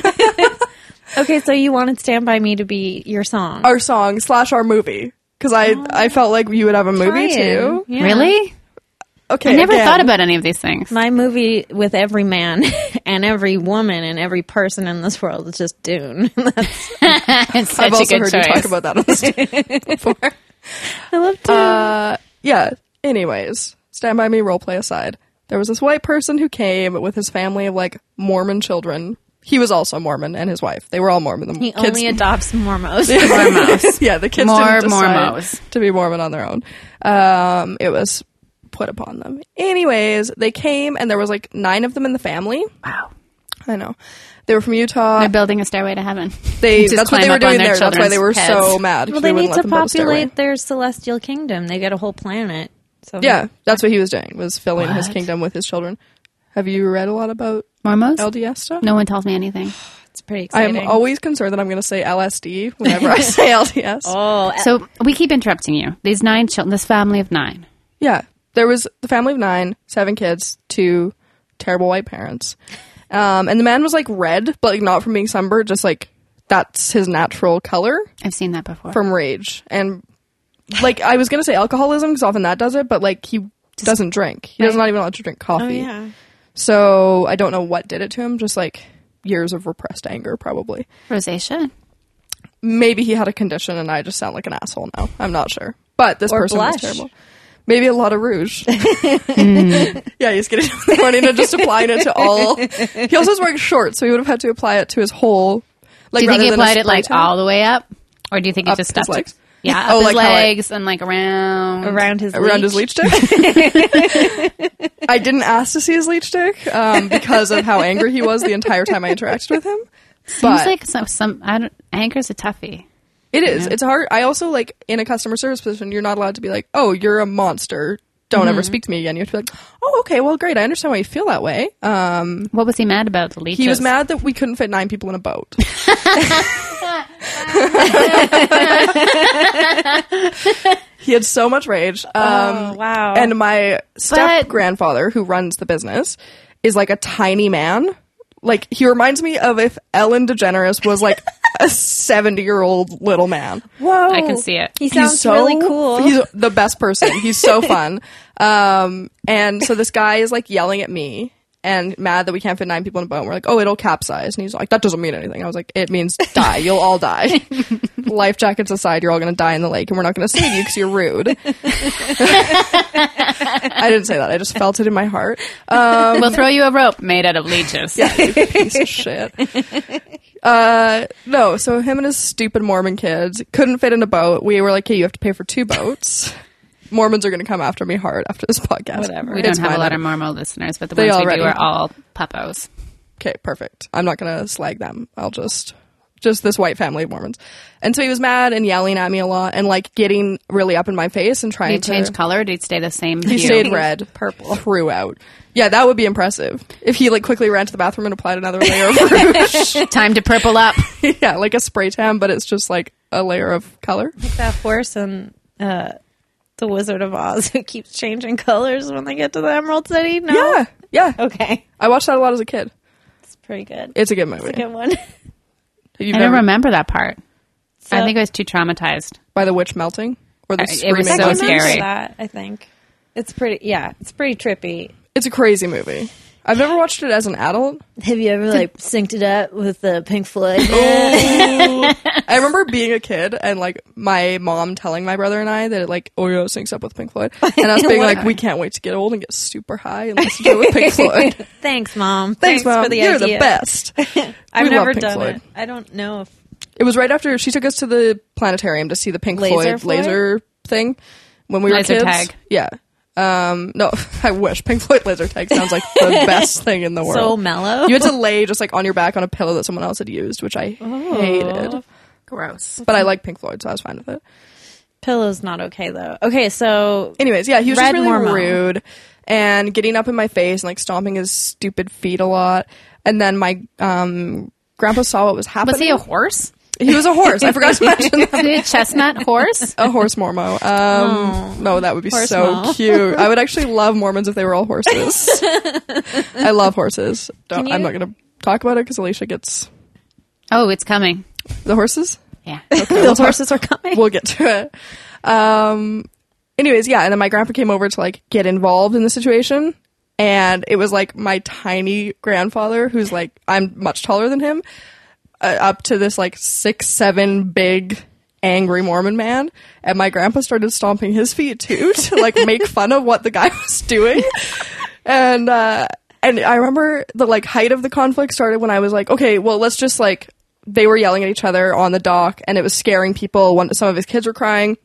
S2: city. okay, so you wanted Stand By Me to be your song.
S3: Our song slash our movie because I
S1: Ah,
S3: I felt like you would have a movie
S2: Ryan.
S3: too.
S2: Yeah.
S1: Really?
S3: Okay,
S1: I never
S3: again,
S1: thought about any of these things.
S2: My movie with every man and every woman and every person in this world is just Dune.
S1: it's such
S3: I've
S1: a
S3: also
S1: good
S3: heard
S1: choice.
S3: you talk about that on this before.
S2: I love Dune.
S3: Uh, yeah. Anyways, Stand By Me roleplay aside, there was this white person who came with his family of like Mormon children. He was also Mormon and his wife. They were all Mormon. The
S2: he
S3: kids,
S2: only adopts Mormos.
S1: Mormos.
S3: yeah, the kids
S1: More
S3: didn't decide
S1: Mormos.
S3: to be Mormon on their own. Um, it was put upon them. Anyways, they came and there was like nine of them in the family.
S1: Wow.
S3: I know. They were from Utah.
S1: They're building a stairway to heaven.
S3: They
S1: Just
S3: that's what they
S1: climb up
S3: were
S1: on
S3: doing
S1: their
S3: there. That's why they were
S1: children's
S3: so
S1: heads.
S3: mad.
S2: well,
S3: because
S2: they
S3: wouldn't
S2: need to
S3: let them build a stairway.
S2: populate their celestial kingdom. They get a whole planet. So
S3: Yeah, that's what he was doing was filling his kingdom with his children. Have you read a lot about
S1: Mormos?
S3: LDS stuff?
S1: No one tells me anything.
S2: it's pretty
S3: I am
S2: exciting.
S3: always concerned that I'm going to say LSD whenever I say LDS.
S2: oh,
S3: Uh,
S1: So we keep interrupting you. These nine children, this family of nine.
S3: Yeah, there was the family of nine, seven kids, two terrible white parents, um, and the man was like red, but like not from being sunburned, just like that's his natural color
S1: I've seen that before.
S3: from rage and like I was going to say alcoholism because often that does it, but like he doesn't drink. He does not even allowed to drink coffee.
S2: oh yeah.
S3: So I don't know what did it to him. Just like years of repressed anger, probably.
S1: Rosacea?
S3: Maybe he had a condition, and I just sound like an asshole now. I'm not sure, but this
S2: Or
S3: person
S2: blush.
S3: was terrible. Maybe a lot of rouge. yeah, he's getting up in the morning and just applying it to all. He also is wearing shorts, so he would have had to apply it to his whole. Like,
S1: Do you think
S3: rather
S1: he
S3: than a
S1: applied it like
S3: spray tan.
S1: all the way up? Or do you think it
S3: Up
S1: just
S3: his
S1: stopped?
S3: legs?
S1: Yeah, up
S3: Oh,
S1: his
S3: like how I-
S1: legs and like around.
S2: Around his
S3: around his
S2: leech.
S3: leech dick? I didn't ask to see his leech dick um, because of how angry he was the entire time I interacted with him.
S1: Seems
S3: but-
S1: like some, some I don't, anchor's a toughie.
S3: It is. It's hard. I also like in a customer service position, you're not allowed to be like, "Oh, you're a monster. Don't ever
S2: Mm-hmm.
S3: speak to me again." You have to be like, "Oh, okay. Well, great. I understand why you feel that way." Um,
S1: What was he mad about? The leeches.
S3: he was mad that we couldn't fit nine people in a boat. he had so much rage. Um,
S2: Oh, wow.
S3: and my step grandfather, who runs the business, is like a tiny man. Like he reminds me of if Ellen DeGeneres was like a seventy-year-old little man.
S2: Whoa.
S1: I can see it.
S2: He sounds
S3: He's so-
S2: really cool.
S3: He's the best person. He's so fun. Um, and so this guy is like yelling at me and mad that we can't fit nine people in a boat. And we're like, oh, it'll capsize. And he's like, that doesn't mean anything. I was like, it means die. You'll all die. Life jackets aside, you're all going to die in the lake and we're not going to save you because you're rude. I didn't say that. I just felt it in my heart. Um,
S1: we'll throw you a rope made out of leeches.
S3: yeah, you piece of shit. Uh, no, so him and his stupid Mormon kids couldn't fit in a boat. We were like, hey, you have to pay for two boats. Mormons are going to come after me hard after this podcast. Whatever.
S1: We don't have a lot of Mormon listeners, but the
S3: They
S1: ones we
S3: already-
S1: do are all puppos.
S3: Okay, perfect. I'm not gonna slag them. I'll just just this white family of Mormons. And so he was mad and yelling at me a lot and like getting really up in my face and trying
S1: Did he
S3: to
S1: change color? Or did he stay the same?
S3: He
S1: hue?
S3: stayed red, purple throughout. Yeah, that would be impressive if he like quickly ran to the bathroom and applied another layer of rouge.
S1: Time to purple up.
S3: yeah, like a spray tan, but it's just like a layer of color.
S2: Like that horse in uh, the Wizard of Oz who keeps changing colors when they get to the Emerald City. No,
S3: Yeah, yeah.
S2: okay,
S3: I watched that a lot as a kid.
S2: it's pretty good.
S3: It's a good movie.
S2: It's a good one.
S3: You've
S1: I don't
S3: never-
S1: remember that part. I
S2: So-
S1: think I was too traumatized.
S3: by the witch melting or the
S1: Uh, it
S3: screaming.
S1: was
S2: I
S1: so
S3: witches?
S2: remember
S1: scary.
S2: That I think it's pretty. Yeah, it's pretty trippy.
S3: It's a crazy movie. I've never watched it as an adult.
S2: Have you ever like synced it up with the Pink Floyd?
S3: I remember being a kid and like my mom telling my brother and I that it like oh yeah it syncs up with Pink Floyd, and us being like we can't wait to get old and get super high and listen to it with Pink Floyd. Thanks,
S2: Thanks, mom.
S3: mom.
S2: for the
S3: You're
S2: idea.
S3: the best.
S2: I've
S3: We love
S2: never
S3: Pink
S2: done
S3: Floyd.
S2: it. I don't know if
S3: It was right after she took us to the planetarium to see the Pink
S2: Laser
S3: Floyd,
S2: Floyd?
S3: laser thing when we
S1: Laser
S3: were kids.
S1: tag.
S3: Yeah. Um, no, I wish Pink Floyd laser tag sounds like the best thing in the world.
S2: so mellow.
S3: You had to lay just like on your back on a pillow that someone else had used, which I hated.
S1: Gross.
S3: But I like Pink Floyd, so I was fine with it.
S2: Pillow's not okay though. Okay, so
S3: Anyways, yeah, he was
S2: Red
S3: just really
S2: Mormon.
S3: rude and getting up in my face and like stomping his stupid feet a lot. And then my um, grandpa saw what was happening.
S1: Was he a horse?
S3: he was a horse. I forgot to mention that.
S1: Was he a chestnut horse?
S3: A horse Mormo. Um, no, that would be
S2: Oh, Horse
S3: so
S2: Mo.
S3: cute. I would actually love Mormons if they were all horses. I love horses. Don't,
S2: Can
S3: I'm
S2: you-
S3: not going to talk about it because Alicia gets
S1: Oh, it's coming.
S3: the horses.
S1: Yeah.
S2: those horses are coming.
S3: we'll get to it. Um, anyways, yeah, and then my grandpa came over to like get involved in the situation, and it was like my tiny grandfather, who's like I'm much taller than him, uh, up to this like six seven big angry Mormon man, and my grandpa started stomping his feet too to like make fun of what the guy was doing, and uh, and I remember the like height of the conflict started when I was like, okay, well let's just like they were yelling at each other on the dock, and it was scaring people. One some of his kids were crying,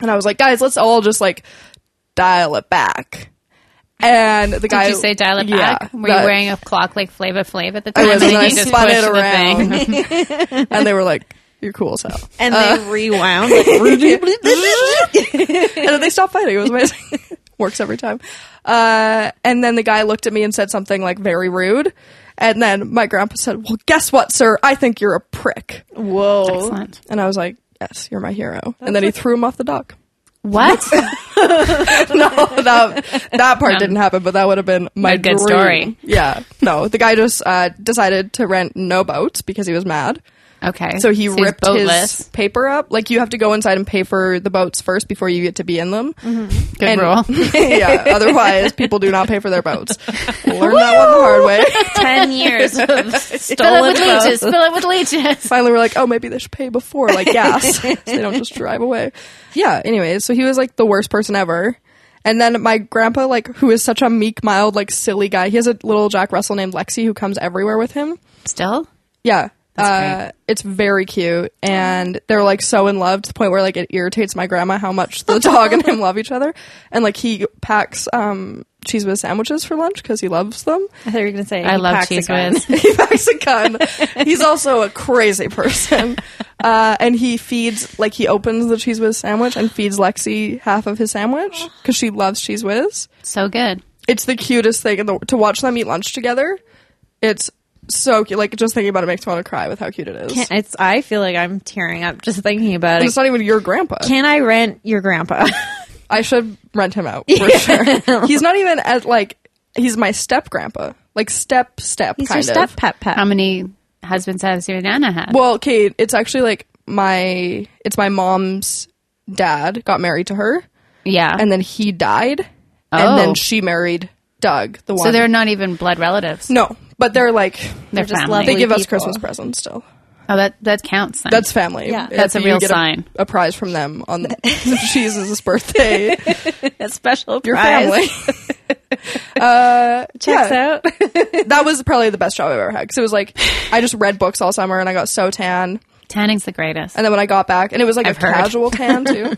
S3: and I was like, guys, let's all just like dial it back. And the guy
S1: Did you say dial it
S3: Yeah,
S1: back? Were
S3: that-
S1: you wearing a clock like Flava Flav at the
S3: I
S1: time? and
S3: was, and then I
S1: you just
S3: spun
S1: pushed
S3: it
S1: the thing?
S3: around, and they were like, "You're cool as hell."
S2: and they rewound. Like,
S3: and then they stopped fighting. It was amazing. Works every time. Uh, and then the guy looked at me and said something like very rude. And then my grandpa said, Well, guess what, sir? I think you're a prick.
S2: Whoa!
S1: Excellent.
S3: And I was like, Yes, you're my hero. and then he threw him off the dock.
S1: What?
S3: no, that, that part didn't happen, but that would have been my
S1: A good
S3: dream.
S1: story.
S3: Yeah. No, the guy just uh, decided to rent no boats because he was mad.
S1: Okay.
S3: So he
S1: he's
S3: ripped his
S1: boatless.
S3: paper up. Like you have to go inside and pay for the boats first before you get to be in them.
S1: Good
S3: and-
S1: rule.
S3: yeah. Otherwise, people do not pay for their boats. Learn that one the hard way.
S2: Ten years of
S1: Fill it
S2: stolen
S1: with leeches.
S2: votes.
S1: Fill it with leeches.
S3: Finally, we're like, oh, maybe they should pay before, like gas, so they don't just drive away. Yeah. Anyways, so he was like the worst person ever. And then my grandpa, like, who is such a meek, mild, like, silly guy. He has a little Jack Russell named Lexi who comes everywhere with him.
S1: Still?
S3: Yeah.
S1: That's
S3: Uh, it's very cute, and they're like so in love to the point where like it irritates my grandma how much the dog and him love each other, and like he packs um, cheese whiz sandwiches for lunch because he loves them.
S2: I thought you were gonna say
S1: I
S2: he
S1: love
S2: packs a
S1: cheese
S2: gun.
S1: whiz.
S3: he packs a gun. He's also a crazy person, uh, and he feeds like he opens the cheese whiz sandwich and feeds Lexi half of his sandwich because she loves cheese whiz.
S1: So good.
S3: It's the cutest thing in the, to watch them eat lunch together. It's so cute. Like just thinking about it makes me want to cry with how cute it is.
S2: Can't- It's. I feel like I'm tearing up just thinking about
S3: And
S2: it.
S3: it's not even your grandpa.
S2: Can I rent your grandpa?
S3: I should rent him out for sure. He's not even at like he's my step grandpa, like step step
S2: He's
S3: kind
S2: your step
S3: of.
S2: pet pet.
S1: How many husbands has your nana had?
S3: Well, Kate, it's actually like my it's my mom's dad got married to her,
S1: yeah.
S3: and then he died, and
S1: Oh.
S3: then she married Doug, the one. Mm.
S1: so they're not even blood relatives.
S3: no, but they're like
S1: They're
S2: just
S1: family.
S3: they give us
S2: people.
S3: Christmas presents still.
S1: oh, that, that counts then.
S3: That's family.
S2: Yeah.
S3: If
S1: That's a
S3: you
S1: real
S3: get
S1: sign.
S3: A, prize from them on Jesus' birthday.
S2: a special
S3: Your
S2: prize.
S3: family.
S2: checks
S3: Yeah.
S2: out.
S3: that was probably the best job I've ever had because it was like I just read books all summer and I got so tan.
S1: Tanning's the greatest.
S3: And then when I got back, and it was like
S1: I've
S3: a
S1: heard.
S3: casual tan too.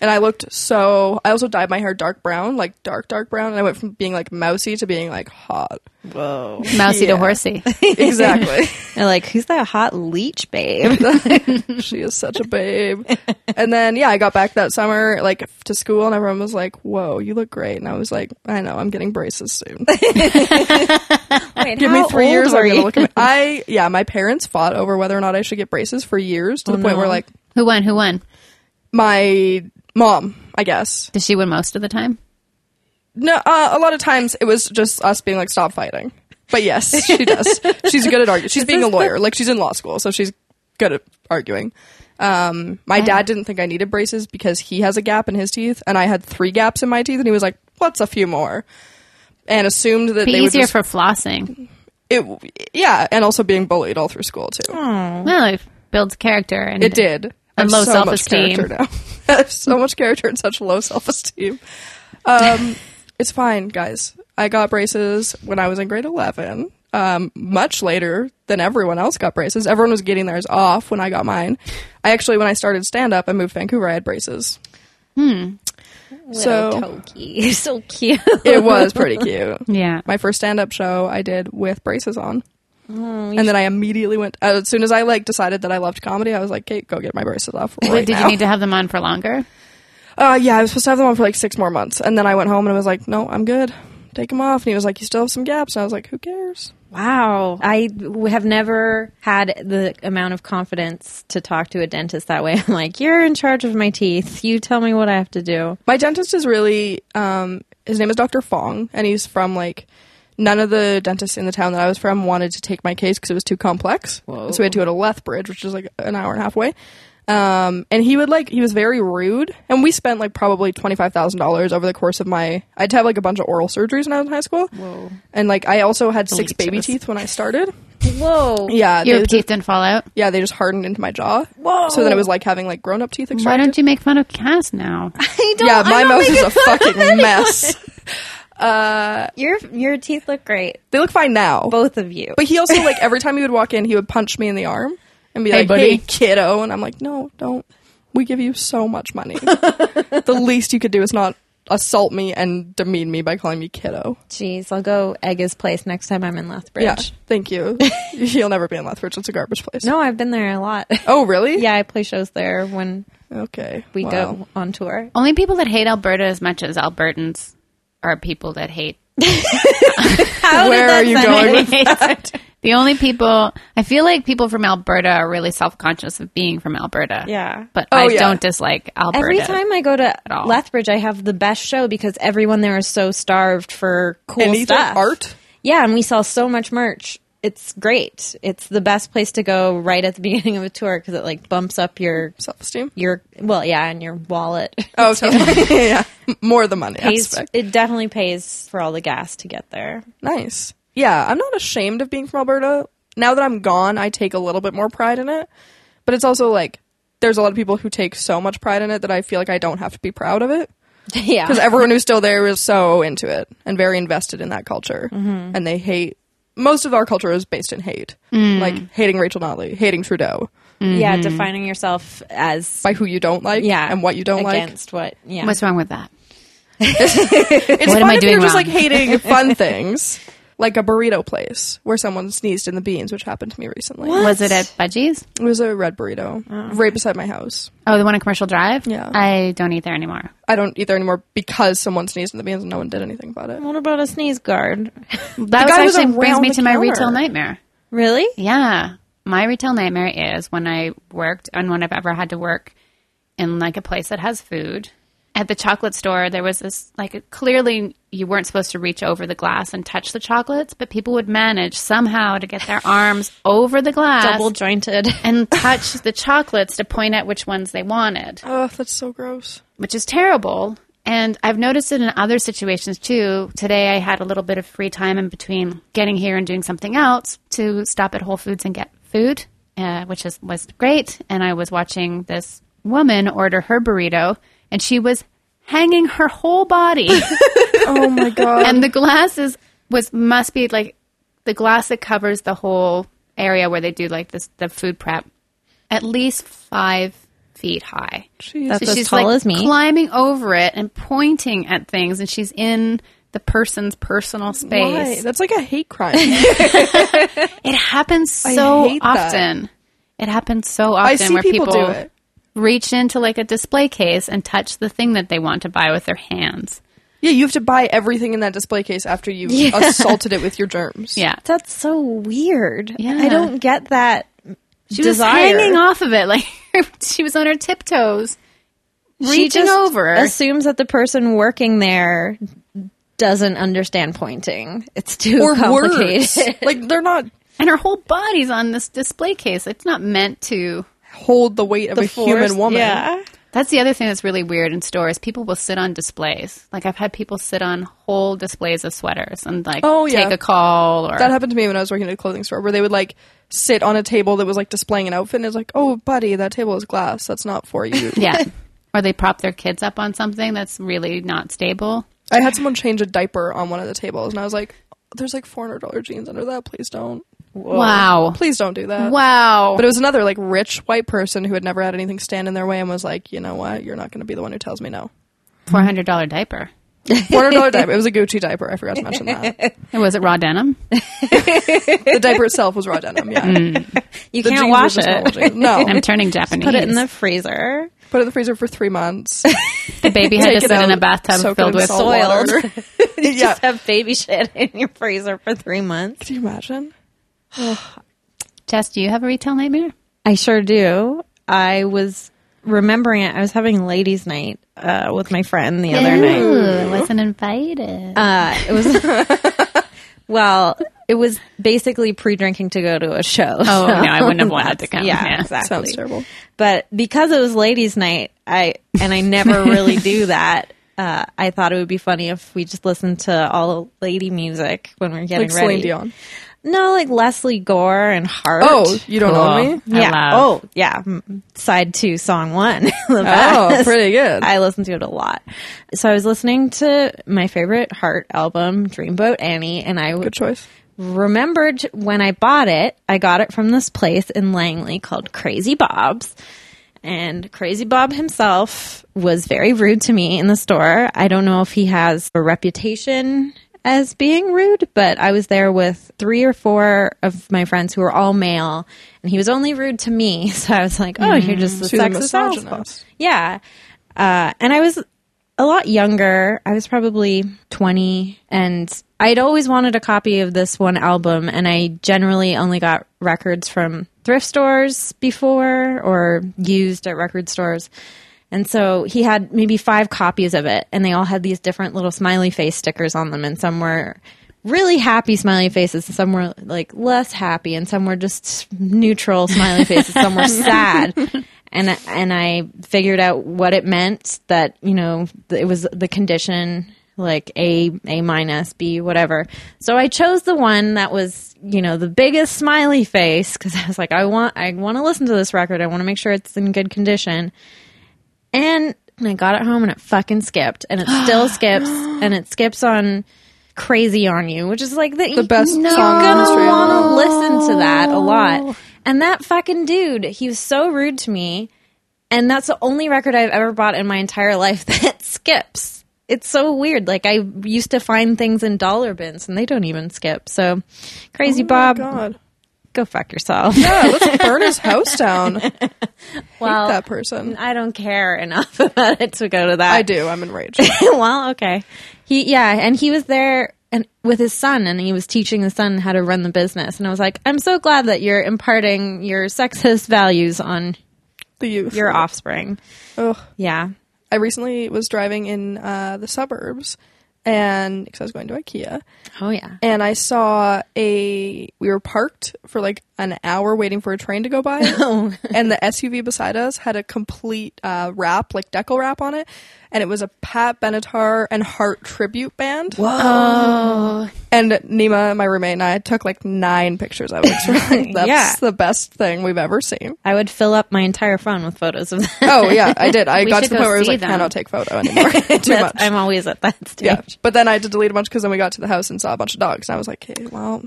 S3: and I looked so. I also dyed my hair dark brown, like dark, dark brown. And I went from being like mousy to being like hot.
S2: Whoa.
S1: Mousy
S3: yeah.
S1: to horsey.
S3: Exactly.
S2: They're like, who's that hot leech babe?
S3: she is such a babe. And then, yeah, I got back that summer, like to school, and everyone was like, whoa, you look great. And I was like, I know, I'm getting braces soon.
S2: Wait,
S3: Give me
S2: how
S3: three
S2: old
S3: years.
S2: were
S3: I'm gonna
S2: you? Oh,
S3: look. At I yeah, my parents fought over whether or not I should get braces for years to the point where like
S1: Who won? Who won?
S3: My mom, I guess.
S1: Does she win most of the time?
S3: No, uh, a lot of times it was just us being like, stop fighting. But yes, she does. she's good at arguing. She's being a lawyer. Like she's in law school, so she's good at arguing. Um, my dad didn't think I needed braces because he has a gap in his teeth, and I had three gaps in my teeth, and he was like, "What's a few more?" And assumed that
S1: Be
S3: they would
S1: easier
S3: just,
S1: for flossing.
S3: it, yeah, and also being bullied all through school too.
S1: Well, it builds character and
S3: Mm-hmm. It did. I
S1: And
S3: have
S1: low
S3: so
S1: self-esteem.
S3: Much character now. I have so much character and such low self esteem. Um, it's fine, guys. I got braces when I was in grade eleven. Um, much later than everyone else got braces. Everyone was getting theirs off when I got mine. I actually, when I started stand up, I moved to Vancouver. I had braces.
S1: Hmm.
S3: So-
S2: so Toki. so cute.
S3: It was pretty cute.
S1: Yeah.
S3: My first stand up show I did with braces on.
S1: Mm,
S3: and then I immediately went. uh, As soon as I like decided that I loved comedy, I was like, "Kate, go get my braces off." Right
S1: Wait, did
S3: now."
S1: you need to have them on for longer?
S3: Uh, yeah, I was supposed to have them on for like six more months, and then I went home and I was like, "No, I'm good. Take them off." And he was like, "You still have some gaps." And I was like, "Who cares?"
S2: Wow. I w- have never had the amount of confidence to talk to a dentist that way. I'm like, you're in charge of my teeth. You tell me what I have to do.
S3: My dentist is really, um, his name is Dr. Fong, and he's from like none of the dentists in the town that I was from wanted to take my case because it was too complex. So we had to go to Lethbridge, which is like an hour and a half away. Um, and he would like, he was very rude, and we spent like probably $25,000 over the course of my, I'd have like a bunch of oral surgeries when I was in high school. Whoa. And like, I also had six baby teeth when I started.
S2: Whoa.
S3: Yeah.
S1: Your
S3: they-
S1: teeth didn't fall out.
S3: yeah, they just hardened into my jaw. Whoa. So then it was like having like grown up teeth extracted.
S1: Why don't you make fun of Cass now?
S2: I don't,
S3: yeah,
S2: I
S3: my
S2: don't
S3: mouth
S2: think
S3: is a
S2: it's-
S3: fucking mess.
S2: Your, your teeth look great.
S3: They look fine now.
S2: Both of you.
S3: But he also like every time he would walk in, he would punch me in the arm and be
S1: Hey,
S3: like,
S1: buddy.
S3: "Hey, kiddo," and I'm like, "No, don't. We give you so much money. the least you could do is not assault me and demean me by calling me kiddo."
S2: Jeez, I'll go Egga's place next time I'm in Lethbridge.
S3: Yeah, thank you. You'll never be in Lethbridge. It's a garbage place.
S2: No, I've been there a lot.
S3: Oh, really?
S2: yeah, I play shows there when
S3: Okay.
S2: we
S3: Wow.
S2: go on tour.
S1: Only people that hate Alberta as much as Albertans are people that hate.
S2: How
S3: Where are you going? with-
S1: the only people I feel like people from Alberta are really self conscious of being from Alberta.
S2: Yeah.
S1: but
S3: Oh,
S1: I
S3: yeah.
S1: don't dislike Alberta.
S2: Every time I go to
S1: all.
S2: Lethbridge, I have the best show because everyone there is so starved for cool
S3: Anything
S2: stuff.
S3: art?
S2: Yeah, and we sell so much merch. It's great. It's the best place to go right at the beginning of a tour because it like bumps up your
S3: Self-esteem.
S2: your well, yeah, and your wallet.
S3: Oh, totally. yeah. More the money
S2: Pays,
S3: aspect.
S2: it definitely pays for all the gas to get there.
S3: Nice. Yeah, I'm not ashamed of being from Alberta. Now that I'm gone, I take a little bit more pride in it. But it's also like there's a lot of people who take so much pride in it that I feel like I don't have to be proud of it
S2: yeah,
S3: because everyone who's still there is so into it and very invested in that culture,
S1: Mm-hmm.
S3: and they hate. Most of our culture is based in hate,
S1: Mm,
S3: like hating Rachel Notley, hating Trudeau
S2: yeah, defining yourself as
S3: by who you don't Mm-hmm. like,
S2: yeah,
S3: and what you don't like.
S2: against what yeah.
S1: What's wrong with that?
S3: It's
S1: What am
S3: fun
S1: I
S3: if you're
S1: doing
S3: just
S1: wrong?
S3: like hating fun things, like a burrito place where someone sneezed in the beans, which happened to me recently.
S1: Was it at Budgies?
S3: It was a red burrito right beside my house.
S1: Oh, the one on Commercial Drive.
S3: Yeah.
S1: I don't eat there anymore.
S3: I don't eat there anymore because someone sneezed in the beans and no one did anything about it.
S2: what about a sneeze guard?
S1: That
S3: guy was
S1: was actually brings
S3: around
S1: me
S3: the
S1: to my
S3: counter.
S1: retail nightmare.
S2: Really?
S1: Yeah. My retail nightmare is when I worked and when I've ever had to work in like a place that has food. At the chocolate store, there was this like clearly you weren't supposed to reach over the glass and touch the chocolates, but people would manage somehow to get their arms over the glass
S2: Double jointed.
S1: and touch the chocolates to point out which ones they wanted
S3: Oh, that's so gross.
S1: which is terrible. And I've noticed it in other situations too. Today I had a little bit of free time in between getting here and doing something else to stop at Whole Foods and get food, uh, which is, was great. And I was watching this woman order her burrito, and she was hanging her whole body,
S3: Oh my god.
S1: and the glasses was must be like the glass that covers the whole area where they do like this the food prep, at least five feet high.
S3: Jeez.
S2: That's as tall
S1: like,
S2: as me.
S1: climbing over it and pointing at things, and she's in the person's personal
S3: Why?
S1: space.
S3: That's like a hate crime.
S1: It happens so
S3: hate that.
S1: often. It happens so often
S3: I see
S1: where
S3: people
S1: people,
S3: do it.
S1: reach into like a display case and touch the thing that they want to buy with their hands.
S3: yeah, you have to buy everything in that display case after you have assaulted it with your germs.
S1: Yeah,
S2: That's so weird.
S1: Yeah.
S2: I don't get that
S1: she was
S2: desire.
S1: hanging off of it like she was on her tiptoes,
S2: she
S1: reaching
S2: just
S1: over.
S2: assumes that the person working there doesn't understand pointing. It's too complicated.
S3: words. like they're not
S1: and her whole body's on this display case. It's not meant to.
S3: hold the weight of a human
S2: Forced-
S3: woman.
S2: Yeah.
S1: That's the other thing that's really weird in stores. People will sit on displays. Like I've had people sit on whole displays of sweaters and like
S3: Oh, yeah.
S1: take a call or
S3: That happened to me when I was working at a clothing store where they would like sit on a table that was like displaying an outfit and it's like, "Oh, buddy, that table is glass. That's not for you."
S1: yeah. Or they prop their kids up on something that's really not stable.
S3: I had someone change a diaper on one of the tables and I was like, "There's like $400 jeans under that. Please don't.
S1: Wow.
S3: Please don't do that."
S1: Wow.
S3: But it was another like rich white person who had never had anything stand in their way and was like, "You know what? You're not going to be the one who tells me no."
S1: Four hundred dollar diaper.
S3: $400 diaper. It was a Gucci diaper. I forgot to mention that.
S1: And was it raw denim?
S3: The diaper itself was raw denim, yeah.
S2: You
S3: The
S2: Mm. can't
S3: jeans were
S2: wash
S3: just normal
S2: it.
S3: jeans. No.
S1: I'm turning Japanese.
S2: Put it in the freezer.
S3: Put it in the freezer for three months.
S1: the baby had to
S3: Take it
S1: sit in
S3: out,
S1: a bathtub
S3: soak it
S1: filled
S3: in
S1: with
S3: salt
S1: soil.
S3: water.
S2: Soiled.
S3: yeah.
S2: Just have baby shit in your freezer for three months.
S3: Can you imagine?
S1: Jess, do you have a retail nightmare?
S2: I sure do. I was remembering it. I was having ladies' night uh, with my friend the other night.
S1: Ooh, wasn't invited.
S2: Uh, it was well, it was basically pre-drinking to go to a show.
S1: Oh, no, I wouldn't have wanted to come.
S2: yeah,
S1: Yeah.
S2: exactly.
S3: Sounds terrible.
S2: But because it was ladies' night, I and I never really do that. Uh, I thought it would be funny if we just listened to all lady music when we we're getting
S3: Like
S2: ready.
S3: Celine Dion.
S2: No, like Leslie Gore and Hart.
S3: Oh, you don't own me?
S1: I
S2: yeah.
S1: love-
S2: Oh, yeah. Mm, Side two, song one. The
S3: Oh,
S2: best.
S3: pretty good.
S2: I listen to it a lot. So I was listening to my favorite Heart album, Dreamboat Annie, and I w-
S3: Good choice.
S2: remembered when I bought it, I got it from this place in Langley called Crazy Bob's. And Crazy Bob himself was very rude to me in the store. I don't know if he has a reputation as being rude, but I was there with three or four of my friends who were all male, and he was only rude to me. So I was like, oh, you're just the
S3: So you're Mm. a
S2: sexist asshole.
S3: misogynist.
S2: Yeah. Uh, and I was a lot younger. I was probably 20 and I'd always wanted a copy of this one album and I generally only got records from thrift stores before or used at record stores. And so he had maybe five copies of it and they all had these different little smiley face stickers on them and some were really happy smiley faces and some were like less happy and some were just neutral smiley faces some were sad and I- and I figured out what it meant that you know th- it was the condition like a a minus b whatever so I chose the one that was you know the biggest smiley face because I was like I want I want to listen to this record I want to make sure it's in good condition and I got it home and it fucking skipped. And it still skips. And it skips on Crazy on You, which is like the,
S3: The best
S2: You're
S3: song in history.
S2: gonna want to listen to that a lot. And that fucking dude, he was so rude to me. And that's the only record I've ever bought in my entire life that skips. It's so weird. Like I used to find things in dollar bins and they don't even skip. So Crazy Bob,
S3: God.
S2: go fuck yourself.
S3: Yeah, let's burn his house down.
S2: well,
S3: that person.
S2: I don't care enough about it to go to that.
S3: I do. I'm enraged.
S2: well, okay. He yeah, and he was there and with his son and he was teaching his son how to run the business and I was like, "I'm so glad that you're imparting your sexist values on
S3: The youth.
S2: your offspring."
S3: Ugh.
S2: Yeah.
S3: I recently was driving in uh, the suburbs, and because I was going to IKEA,
S2: Oh yeah.
S3: and I saw a we were parked for like an hour waiting for a train to go by, and the SUV beside us had a complete uh, wrap, like decal wrap on it, and it was a Pat Benatar and Heart tribute band.
S1: Oh,
S3: And Nima, my roommate, and I took like nine pictures of it. So we're like, that's
S2: Yeah.
S3: the best thing we've ever seen.
S2: I would fill up my entire phone with photos of that.
S3: Oh yeah, I did. I
S1: We
S3: got to
S1: should
S3: the
S1: go
S3: point where I was
S1: see
S3: like,
S1: them.
S3: cannot take photo anymore. Too much.
S2: I'm always at that stage.
S3: Yeah, but then I had to delete a bunch because then we got to the house and saw a bunch of dogs, and I was like, "Okay, well,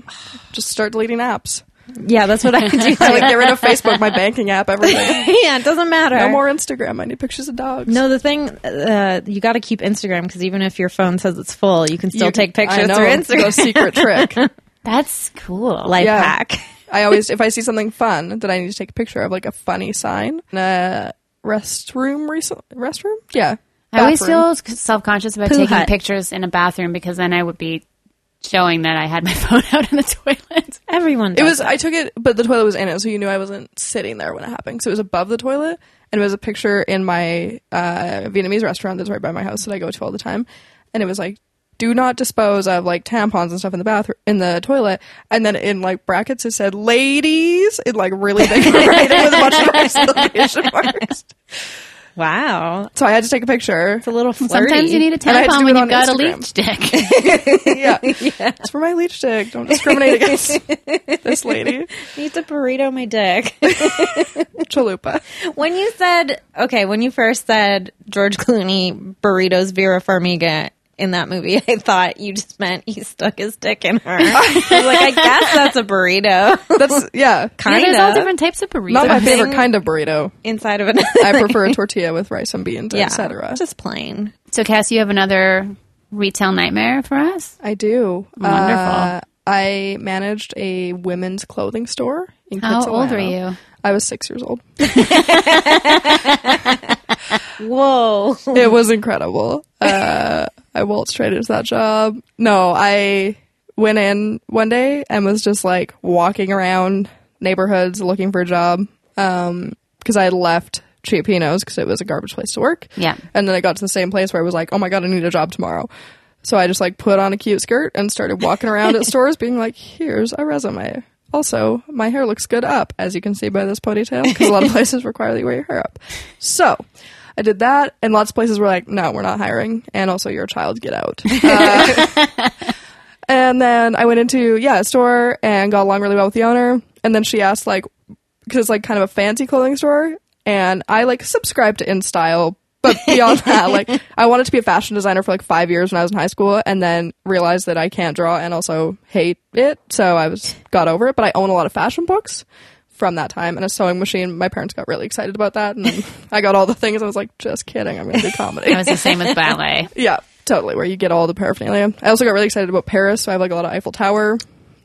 S3: just start deleting apps.
S2: Yeah, that's what I do.
S3: I like get rid of Facebook, my banking app, everything.
S2: yeah, it doesn't matter.
S3: No more Instagram. I need pictures of dogs.
S2: No, the thing uh, you got to keep Instagram because even if your phone says it's full, you can still
S3: You-
S2: take
S3: I
S2: pictures
S3: know,
S2: through
S3: it's
S2: Instagram.
S3: a secret trick.
S1: that's cool.
S2: Life
S3: Yeah.
S2: hack.
S3: I always, if I see something fun that I need to take a picture of, like a funny sign, in a restroom, recent restroom, yeah.
S1: I always
S3: bathroom.
S1: feel self conscious about
S2: Poo
S1: taking
S2: hut.
S1: pictures in a bathroom because then I would be showing that I had my phone out in the toilet.
S2: Everyone.
S3: It
S2: does
S3: was I took it, but the toilet was in it, so you knew I wasn't sitting there when it happened. So it was above the toilet, and it was a picture in my uh, Vietnamese restaurant that's right by my house that I go to all the time, and it was like, "Do not dispose of like tampons and stuff in the bathroom in the toilet," and then in like brackets it said "ladies" in like really big writing with a bunch of exclamation marks.
S2: Wow.
S3: So I had to take a picture.
S2: It's a little flirty.
S1: Sometimes you need a
S3: And I had to
S1: tampon
S3: do
S1: when
S3: it
S1: you've
S3: on
S1: got a
S3: Instagram.
S1: leech dick.
S3: yeah. it's for my leech stick. Don't discriminate against this lady.
S2: Need to burrito my dick.
S3: Chalupa.
S2: when you said okay, when you first said George Clooney burritos Vera Farmiga in that movie, I thought you just meant he stuck his dick in her. I was like, I guess that's a burrito.
S3: That's yeah.
S1: yeah,
S2: Kind
S1: there's all
S2: of.
S1: different types of burritos.
S3: Not my
S2: Something-
S3: favorite kind of burrito.
S2: inside of an
S3: I prefer a tortilla with rice and beans,
S2: yeah,
S3: etc.
S2: just plain.
S1: so, Cass, you have another retail nightmare for us?
S3: I do.
S1: Wonderful.
S3: Uh, I managed a women's clothing store in
S1: How old were
S3: are
S1: you?
S3: I was six years old.
S2: Whoa.
S3: it was incredible. Uh, I waltzed right into that job. No, I went in one day and was just like walking around neighborhoods looking for a job because I had left Chiapinos because it was a garbage place to work.
S1: Yeah.
S3: And then I got to the same place where I was like, oh my God, I need a job tomorrow. So I just like put on a cute skirt and started walking around at stores being like, here's a resume. Also, my hair looks good up, as you can see by this ponytail, because a lot of places require that you wear your hair up. So I did that, and lots of places were like, no, we're not hiring. And also, you're a child, get out. Uh, and then I went into, yeah, a store and got along really well with the owner. And then she asked, like, because it's like kind of a fancy clothing store and i like subscribed to InStyle, but beyond that like i wanted to be a fashion designer for like five years when i was in high school and then realized that i can't draw and also hate it so i was got over it but i own a lot of fashion books from that time and a sewing machine my parents got really excited about that and then i got all the things i was like just kidding i'm gonna do comedy
S1: It was the same with ballet.
S3: yeah totally where you get all the paraphernalia i also got really excited about paris so i have like a lot of eiffel tower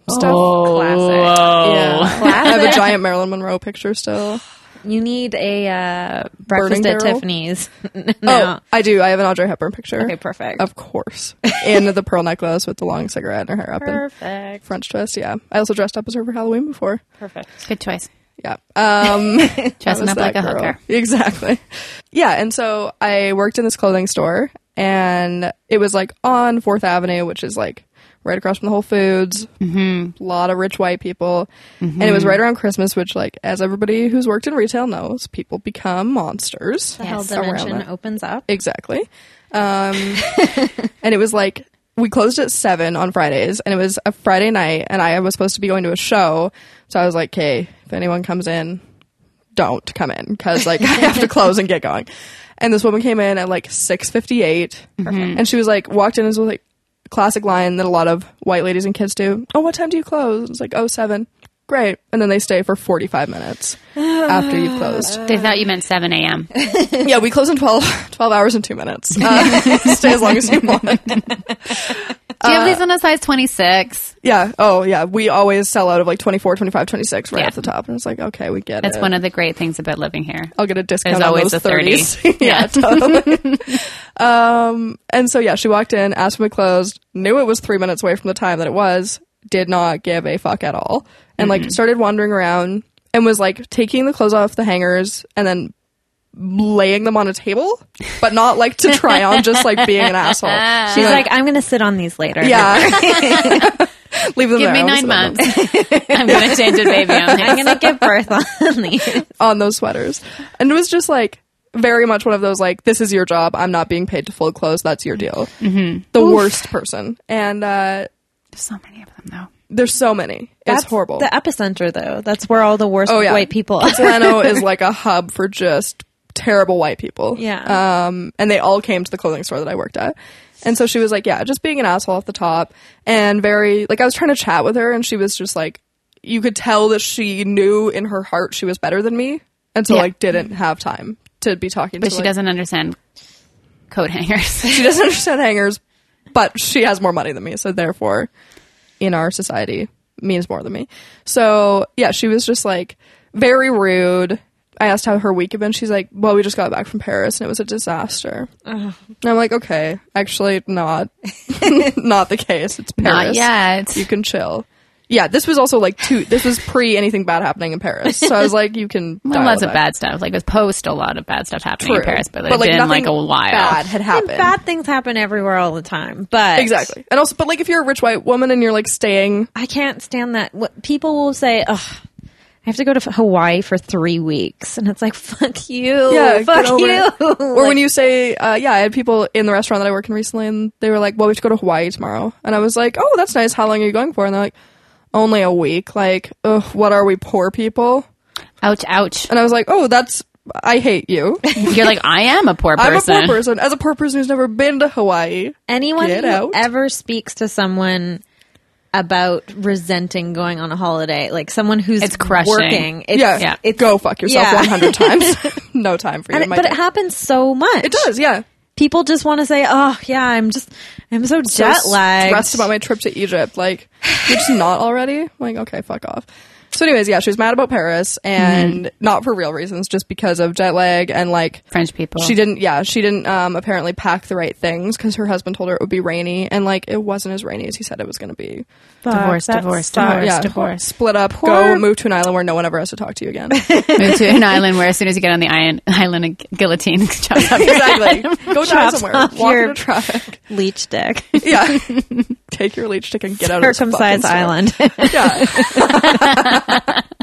S3: stuff
S2: Oh. Classic.
S1: Whoa.
S3: yeah. I have a giant Marilyn Monroe picture still.
S2: You need a uh, breakfast
S3: Burning
S2: at
S3: barrel?
S2: Tiffany's. no.
S3: Oh, I do. I have an Audrey Hepburn picture.
S2: Okay, perfect.
S3: Of course. In the pearl necklace with the long cigarette and her hair up and
S2: Perfect.
S3: French twist. Yeah. I also dressed up as her for Halloween before.
S2: Perfect.
S1: Good choice.
S3: Yeah. Um, I
S1: Dressing
S3: was
S1: up like a
S3: that girl.
S1: hooker.
S3: Exactly. Yeah, and so I worked in this clothing store and it was like on 4th Avenue, which is like right across from the Whole Foods. Mm-hmm. A lot of rich white people. And it was right around Christmas, which like as everybody who's worked in retail knows, people become monsters.
S2: The hell
S1: Yes.
S2: dimension
S3: Around that.
S2: opens up.
S3: Exactly. Um, and it was like we closed at seven on Fridays, and it was a Friday night, and I was supposed to be going to a show, so I was like, "Okay, if anyone comes in, don't come in because like I have to close and get going." And this woman came in at like six and she was like walked in and was like classic line that a lot of white ladies and kids do. Oh, what time do you close? It's like oh seven. Great, and then they stay for forty five minutes after you've closed
S1: They thought you meant 7 a.m.
S3: Uh, yeah, we close in 12, 12 hours and two minutes. Uh, stay as long as you want.
S1: Do you have these on a size 26?
S3: Yeah. Oh, yeah. We always sell out of like 24, 25, 26 right
S1: Yeah.
S3: off the top. And it's like, okay, we get
S1: That's
S3: it.
S1: one of the great things about living here.
S3: I'll get a discount
S1: There's
S3: on
S1: always
S3: those
S1: a 30.
S3: 30s. yeah, totally. um, and so, yeah, she walked in, asked when we closed, knew it was three minutes away from the time that it was, did not give a fuck at all, and
S1: Mm-hmm.
S3: like started wandering around and was like taking the clothes off the hangers and then laying them on a table, but not like to try on, just like being an asshole.
S2: She's like, I'm going to sit on these later.
S3: Yeah. Leave them
S1: Give
S3: there.
S1: me
S3: I'll
S1: nine
S3: sit on them-
S1: months. I'm going to change it, baby. I'm
S2: I'm going to give birth on these.
S3: On those sweaters. And it was just like very much one of those like, this is your job. I'm not being paid to fold clothes. That's your deal. Mm-hmm. The worst person. And uh,
S1: There's so many of them, though.
S3: there's so many.
S2: That's
S3: it's horrible.
S2: The epicenter, though. That's where all the worst
S3: Oh, yeah.
S2: white people are.
S3: Plano is like a hub for just terrible white people.
S2: Yeah.
S3: Um, and they all came to the clothing store that I worked at. And so she was like, yeah, just being an asshole off the top and very, like, I was trying to chat with her and she was just like, you could tell that she knew in her heart she was better than me. And so,
S1: Yeah.
S3: like, didn't have time to be talking to
S1: But she
S3: like-
S1: doesn't understand coat hangers.
S3: She doesn't understand hangers, but she has more money than me. So, therefore, in our society means more than me. So yeah, she was just like very rude I asked how her week had been. She's like, "Well, we just got back from Paris and it was a disaster." And I'm like, "Okay, actually, not, not the case. It's
S1: Not
S3: Paris.
S1: yet.
S3: you can chill." Yeah, this was also like two. This was pre anything bad happening in Paris, so I was like, "You can."
S1: Well,
S3: dial
S1: lots
S3: it
S1: of
S3: back.
S1: bad stuff. Like it was post a lot of bad stuff happening in
S3: True.
S1: Paris, but, it's been like
S3: nothing
S1: a while.
S3: Bad had happened.
S2: Bad things happen everywhere all the time, but
S3: Exactly, and also, but like if you're a rich white woman and you're like staying,
S2: I can't stand that. What people will say, "Oh, I have to go to Hawaii for three weeks," and it's like, "Fuck you,
S3: yeah, get
S2: fuck
S3: over
S2: you."
S3: it. Or when you say, uh, yeah, I had people in the restaurant that I work in recently, and they were like, "Well, we have to go to Hawaii tomorrow," and I was like, "Oh, that's nice. How long are you going for?" And they're like, "Only a week." Like, ugh, what are we poor people?
S1: Ouch! Ouch!
S3: And I was like, "Oh, that's." I hate you.
S1: You're like I am a poor
S3: I'm a
S1: person.
S3: poor person. As a poor person who's never been to Hawaii,
S2: anyone
S3: Get
S2: who
S3: out.
S2: ever speaks to someone about resenting going on a holiday, like someone who's
S1: It's crushing.
S2: working, it's,
S3: yeah,
S1: yeah.
S2: it's
S3: go fuck yourself
S2: yeah.
S3: 100 times. no time for you.
S2: and it-
S3: my
S2: but it
S3: dear.
S2: happens so much.
S3: it does, yeah.
S2: People just want to say, "Oh, yeah, I'm just, I'm so
S3: So
S2: jet lagged."
S3: Stressed about my trip to Egypt. Like, you're just not already. I'm like, okay, fuck off. So, anyways, yeah, she was mad about Paris and
S2: Mm-hmm.
S3: not for real reasons, just because of jet lag and like
S1: French people.
S3: she didn't. Yeah, she didn't um, apparently pack the right things because her husband told her it would be rainy and like it wasn't as rainy as he said it was going to be.
S1: divorce,
S2: Fuck, that
S1: divorce,
S2: sucks.
S1: divorce,
S3: yeah,
S1: divorce.
S3: split up,
S2: Poor-
S3: go move to an island where no one ever has to talk to you again.
S1: Move to an island where as soon as you get on the iron, island, a gu- guillotine chops up. your-
S3: exactly. Go die
S2: Chops
S3: somewhere.
S2: off
S3: Walk
S2: your-
S3: into traffic.
S2: Leech dick,
S3: Yeah. Take your leech stick and get out of this fucking
S2: circumcised
S3: store.
S2: island.
S3: Yeah.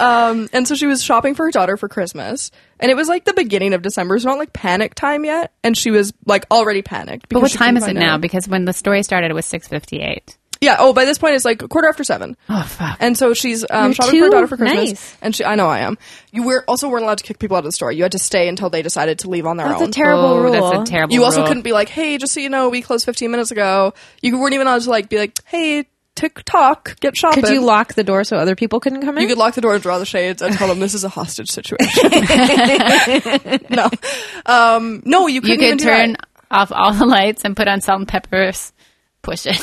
S3: um, and so she was shopping for her daughter for Christmas, and it was like the beginning of December, so not like panic time yet. And she was like already panicked.
S1: But
S3: because
S1: what
S3: she
S1: time is
S3: couldn't
S1: it
S3: find
S1: now?
S3: out.
S1: Because when the story started, it was six fifty-eight.
S3: Yeah. Oh, by this point it's like a quarter after seven.
S1: Oh fuck!
S3: And so she's um,
S2: You're
S3: shopping for her
S2: too
S3: daughter for Christmas,
S2: nice.
S3: and she. I know I am. You were also weren't allowed to kick people out of the store. You had to stay until they decided to leave on their
S2: That's
S3: own.
S2: a terrible
S1: oh,
S2: rule.
S1: That's a terrible.
S3: you also
S1: rule.
S3: couldn't be like, hey, just so you know, we closed 15 minutes ago. You weren't even allowed to like be like, hey, TikTok, get shopping.
S2: Could you lock the door so other people couldn't come in?
S3: You could lock the door and draw the shades and tell them this is a hostage situation. no, um, no, you
S1: You
S3: couldn't even
S1: could
S3: do that.
S1: turn off all the lights and put on salt and peppers. Push it.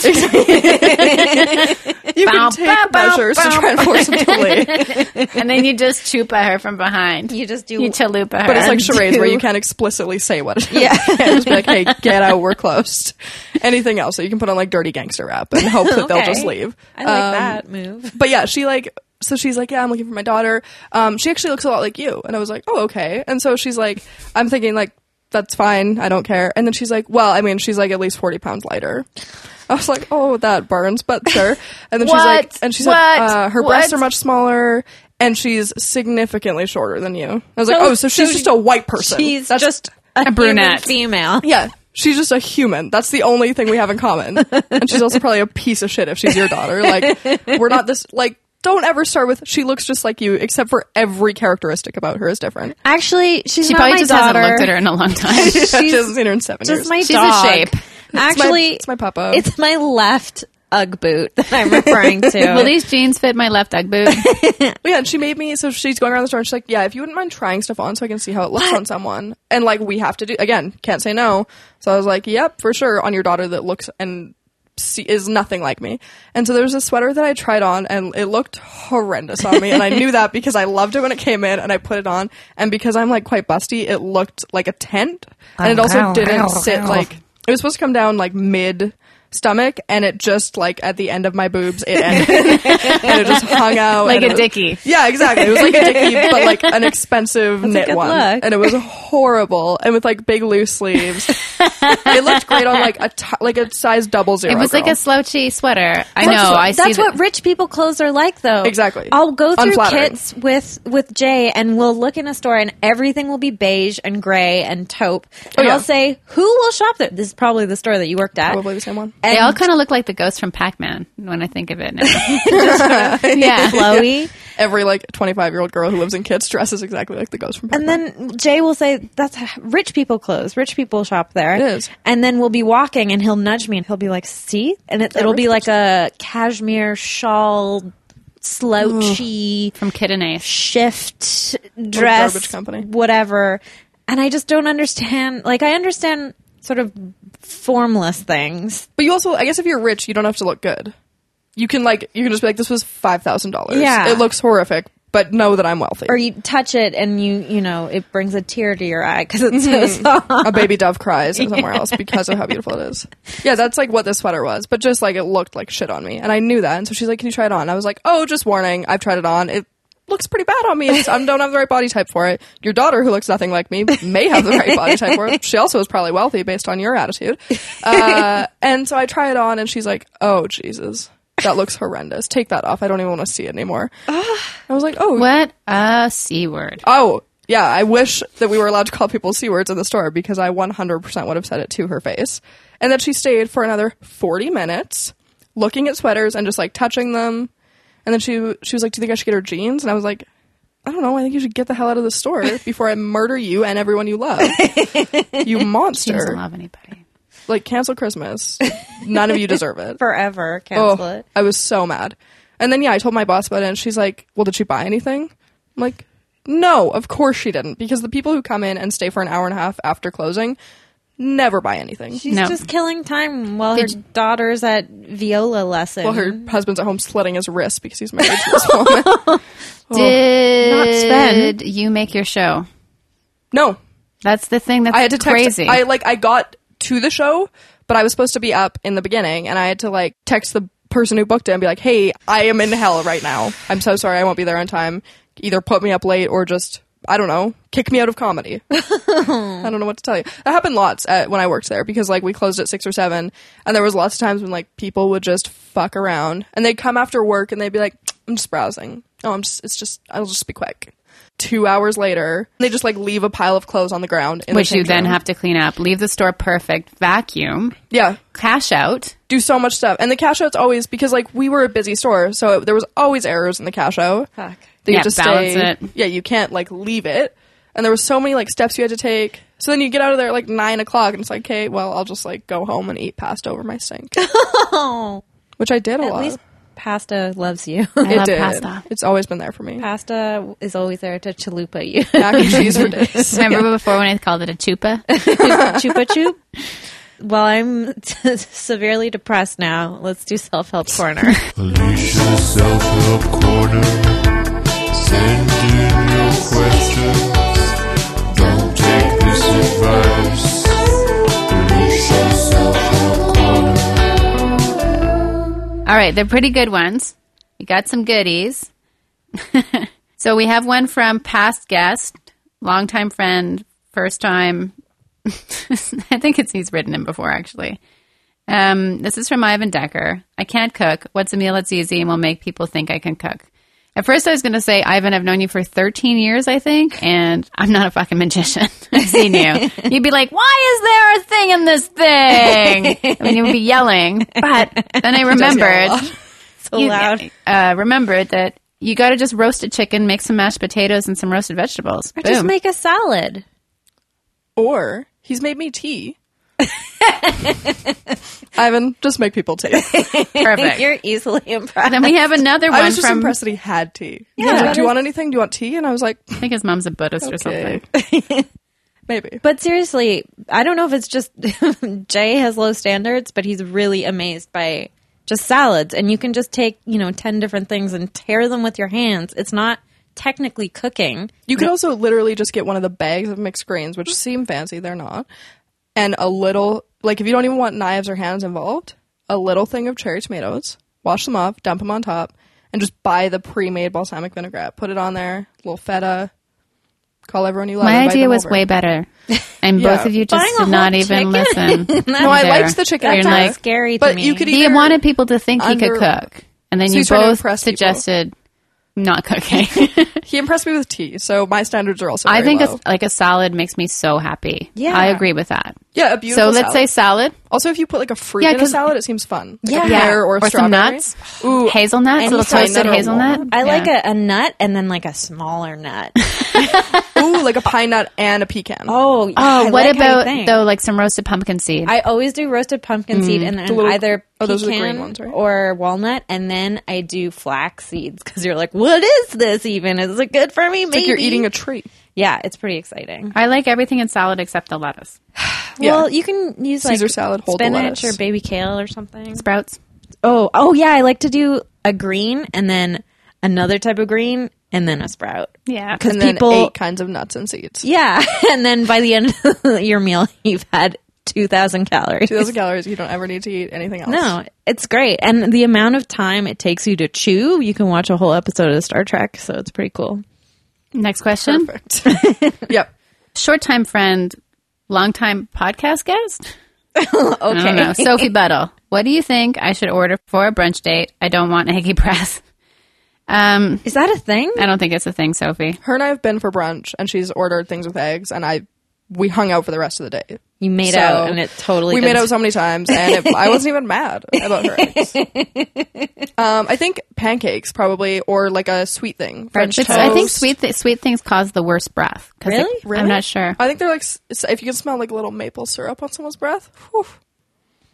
S3: You
S1: Bow,
S3: can take
S1: bow, bow,
S3: measures to
S1: bow.
S3: try and force them to leave,
S1: and then you just chupa her from behind.
S2: You just do-
S1: You chalupa her.
S3: but it's like charades where
S2: do-
S3: you can't explicitly say what. It is.
S2: Yeah.
S3: just be like, hey, get out, we're closed. Anything else? So you can put on like dirty gangster rap and hope that they'll
S2: Okay.
S3: just leave.
S2: I like
S3: Um,
S2: that move.
S3: but yeah, she like so she's like, yeah, I'm looking for my daughter. Um, she actually looks a lot like you, and I was like, oh, okay. And so she's like, I'm thinking like, that's fine, I don't care. And then she's like, well, I mean, she's like at least forty pounds lighter. I was like, oh, that burns, but sure. And then she's like,
S1: What?
S3: and she's
S1: What?
S3: like, uh, her breasts
S1: What?
S3: are much smaller. And she's significantly shorter than you. I was like,
S2: So-
S3: oh, so she's
S2: so
S3: just a white person.
S2: She's
S3: That's-
S2: just a,
S1: brunette.
S2: human female.
S3: yeah, she's just a human. That's the only thing we have in common. and she's also probably a piece of shit if she's your daughter. Like, we're not this, like, don't ever start with, she looks just like you, except for every characteristic about her is different.
S2: Actually, she's
S1: She
S2: not
S1: probably
S2: my
S1: just
S2: daughter.
S1: hasn't looked at her in a long time.
S3: she hasn't seen her in seven
S2: Just
S3: years.
S2: my
S1: She's a
S2: dog.
S1: shape.
S2: Actually,
S3: it's my papa.
S2: It's my left UGG boot that I'm referring to.
S1: Will these jeans fit my left leg boot?
S3: yeah, and she made me, so she's going around the store and she's like, yeah, if you wouldn't mind trying stuff on so I can see how it looks on someone. And, like, we have to do, again, can't say no. So I was like, yep, for sure, on your daughter that looks and see, is nothing like me. And so there was a sweater that I tried on and it looked horrendous on me. And I knew that because I loved it when it came in and I put it on. And because I'm like quite busty, it looked like a tent. And
S1: Oh,
S3: it also didn't sit like, it was supposed to come down like mid stomach and it just like at the end of my boobs it ended and it just hung out
S1: Like
S3: and
S1: a
S3: it was-
S1: dickie.
S3: yeah exactly it was like a dickie but like an expensive knit
S2: good
S3: one
S2: look.
S3: and it was horrible and with like big loose sleeves it looked great on like a t- like a size double zero
S1: It was like
S3: girl.
S1: a slouchy sweater. I know. I see.
S2: That's
S1: that.
S2: what rich people clothes are like, though.
S3: Exactly.
S2: I'll go through
S3: Unflattering.
S2: kits with with Jay, and we'll look in a store, and everything will be beige and gray and taupe.
S1: Oh,
S2: And
S3: yeah.
S2: I'll say, "Who will shop there?" This is probably the store that you worked at.
S3: Probably the same one.
S1: They
S2: And
S1: all kind of look like the ghost from Pac Man when I think of it now. yeah.
S2: flowy.
S3: every like 25 year old girl who lives in kids dresses exactly like the ghost from
S2: And then Jay will say, "That's h- rich people clothes. Rich people shop there." It
S3: is.
S2: And then we'll be walking, and he'll nudge me, and he'll be like, "See?" And it, it'll be like a cashmere shawl, slouchy
S1: From Kid and Ace.
S2: shift
S3: garbage
S2: dress,
S3: company.
S2: whatever. And I just don't understand. Like, I understand sort of formless things.
S3: but you also i guess if you're rich you don't have to look good you can like you can just be like this was $5000
S2: Yeah.
S3: it looks horrific but know that I'm wealthy.
S2: or you touch it and you you know it brings a tear to your eye because it's so
S3: Mm-hmm.
S2: soft.
S3: a baby dove cries somewhere else because of how beautiful it is. Yeah, that's like what this sweater was, but just like it looked like shit on me, and I knew that. And so she's like, "Can you try it on?" I was like, "Oh, just warning. I've tried it on. It looks pretty bad on me. It's, I don't have the right body type for it. Your daughter, who looks nothing like me, may have the right body type for it. She also is probably wealthy based on your attitude." Uh, and so I try it on, and she's like, "Oh, Jesus." That looks horrendous. Take that off. I don't even want to see it anymore. I was like, oh,
S1: What a C word.
S3: Oh, yeah. I wish that we were allowed to call people C words in the store because I 100% would have said it to her face. And then she stayed for another 40 minutes looking at sweaters and just like touching them. And then she she was like, Do you think I should get her jeans? And I was like, I don't know. I think you should get the hell out of the store before I murder you and everyone you love. you
S1: She doesn't
S3: monster.
S1: love anybody.
S3: Like, cancel Christmas. None of you deserve it.
S2: forever cancel
S3: Oh,
S2: it.
S3: I was so mad. And then yeah, I told my boss about it, and she's like, "Well, did she buy anything?" I'm like, "No, of course she didn't, because the people who come in and stay for an hour and a half after closing never buy anything."
S2: She's
S1: No.
S2: just killing time while her daughter's at viola lesson.
S3: well, her husband's at home slitting his wrist because he's married to this woman.
S1: Did you make your show?
S3: No,
S1: That's the thing that's
S3: I had to text.
S1: crazy.
S3: I like I got to the show, but I was supposed to be up in the beginning, and I had to like text the person who booked it and be like, "Hey, I am in hell right now. I'm so sorry, I won't be there on time. Either put me up late or just." I don't know. Kick me out of comedy. I don't know what to tell you. That happened lots at, when I worked there because like we closed at six or seven, and there was lots of times when like people would just fuck around and they'd come after work and they'd be like, "I'm just browsing. Oh, I'm just. It's just. I'll just be quick." Two hours later, they just like leave a pile of clothes on the ground, in the
S1: which you
S3: change
S1: then
S3: room.
S1: have to clean up, leave the store perfect, vacuum,
S3: Yeah,
S1: cash out.
S3: do so much stuff, and the cash out's always because like we were a busy store, so there was always errors in the cash out.
S2: Fuck.
S3: That
S1: Yeah, balance it.
S3: Yeah, you can't like leave it, and there was so many like steps you had to take. So then you get out of there at like nine o'clock, and it's like, okay, well, I'll just like go home and eat pasta over my sink,
S2: Oh,
S3: which I did a
S2: at
S3: lot.
S2: least pasta loves you.
S1: I
S3: it
S1: love
S3: did.
S1: pasta.
S3: It's always been there for me.
S2: pasta is always there to chalupa you.
S3: Mac and cheese for days.
S1: Remember before when I called it a chupa?
S2: Chupa chup. Well, I'm severely depressed now. Let's do self help corner.
S4: Alicia Self Help Corner. Send in your questions. Don't take this advice. Alicia Self Help Corner.
S1: All right, they're pretty good ones. We got some goodies. so we have one from past guest, longtime friend, first time. I think it's he's written him before actually. Um, this is from Ivan Decker. I can't cook. What's a meal that's easy and will make people think I can cook? At first, I was going to say, Ivan, I've known you for 13 years, I think, and I'm not a fucking magician. I've seen you. You'd be like, why is there a thing in this thing? I mean, you would be yelling. But then I remembered
S2: so
S1: you-
S2: loud.
S1: Uh, remember that you got to just roast a chicken, make some mashed potatoes and some roasted vegetables.
S2: Or just
S1: Boom.
S2: make a salad.
S3: Or he's made me tea. Ivan, just make people tea.
S1: Perfect.
S2: You're easily impressed.
S1: then we have another
S3: I
S1: one
S3: was just
S1: from
S3: impressed that he had tea. He was like, "Do you want anything? Do you want tea?" And I was like,
S1: I think his mom's a Buddhist or
S3: "Okay,
S1: something.
S3: maybe."
S2: But seriously, I don't know if it's just Jay has low standards, but he's really amazed by just salads. And you can just take, you know, 10 different things and tear them with your hands. It's not technically cooking.
S3: You could also literally just get one of the bags of mixed greens, which seem fancy, they're not. And a little, like if you don't even want knives or hands involved, a little thing of cherry tomatoes, wash them off, dump them on top, and just buy the pre-made balsamic vinaigrette. Put it on there, little feta. Call everyone you love.
S1: My
S3: invite
S1: idea
S3: them
S1: was
S3: over.
S1: way better, and
S3: Yeah.
S1: both of you just
S2: Buying a
S1: did not
S2: whole
S1: even
S2: chicken?
S1: listen.
S2: No,
S3: I
S1: either.
S3: liked the chicken.
S1: You're
S3: That's
S1: like,
S2: scary to
S3: But
S2: me.
S3: you could
S1: he
S3: either
S1: wanted people to think he could
S3: under-
S1: cook, and then
S3: So
S1: you
S3: he's trying to
S1: both
S3: impress people.
S1: suggested not cooking.
S3: He impressed me with tea, so my standards are also.
S1: I
S3: very
S1: think
S3: low.
S1: a, like a salad makes me so happy.
S2: Yeah.
S1: I agree with that.
S3: yeah, a beautiful.
S1: so let's say salad.
S3: also if you put like a fruit
S1: Yeah,
S3: in a
S1: 'cause-
S3: salad, it seems fun. Like
S2: Yeah.
S3: a pear or,
S1: or some
S3: strawberry.
S1: nuts,
S3: Ooh,
S1: hazelnuts, a little
S3: Anytime.
S1: toasted
S3: Nut or
S1: hazelnut.
S2: I like
S1: Yeah.
S2: a, a nut and then like a smaller nut.
S3: ooh, like a pine nut and a pecan.
S2: Oh,
S1: Oh, what about though, like some roasted pumpkin seed?
S2: I always do roasted pumpkin seed and then
S3: little-
S2: either
S3: oh,
S2: pecan
S3: those are the green ones, right?
S2: or walnut, and then I do flax seeds because you're like, what is this even? Is it good for me? Maybe
S3: It's like you're eating a tree.
S2: yeah, it's pretty exciting.
S1: I like everything in salad except the lettuce.
S3: Yeah.
S2: Well, you can use like
S3: Caesar salad, hold the
S2: spinach or
S3: lettuce.
S2: baby kale or something.
S1: Sprouts.
S2: Oh, oh yeah, I like to do a green and then another type of green and then a sprout.
S1: Yeah.
S2: Because
S3: and then
S2: people,
S3: eight kinds of nuts and seeds.
S2: yeah, and then by the end of your meal, you've had two thousand calories.
S3: 2,000 calories. You don't ever need to eat anything else.
S2: No, it's great, and the amount of time it takes you to chew, you can watch a whole episode of Star Trek, so it's pretty cool.
S1: Next question.
S3: Perfect. yep.
S1: Short time friend, long time podcast guest. I don't know.
S2: Okay,
S1: Sophie Buttle. What do you think I should order for a brunch date? I don't want eggy press. Um,
S2: is that a thing?
S1: I don't think it's a thing, Sophie.
S3: Her and I have been for brunch, and she's ordered things with eggs, and I we hung out for the rest of the day.
S2: You made
S3: So,
S2: out, and it totally
S3: we
S2: did.
S3: made out so many times, and it, I wasn't even mad about her eggs. Um, I think pancakes probably, or like a sweet thing. French
S1: It's-
S3: toast.
S1: I think sweet th- sweet things cause the worst breath. 'Cause they-
S2: Really?
S1: I'm not sure.
S3: I think they're like s- it's- if you can smell like a little maple syrup on someone's breath. whew,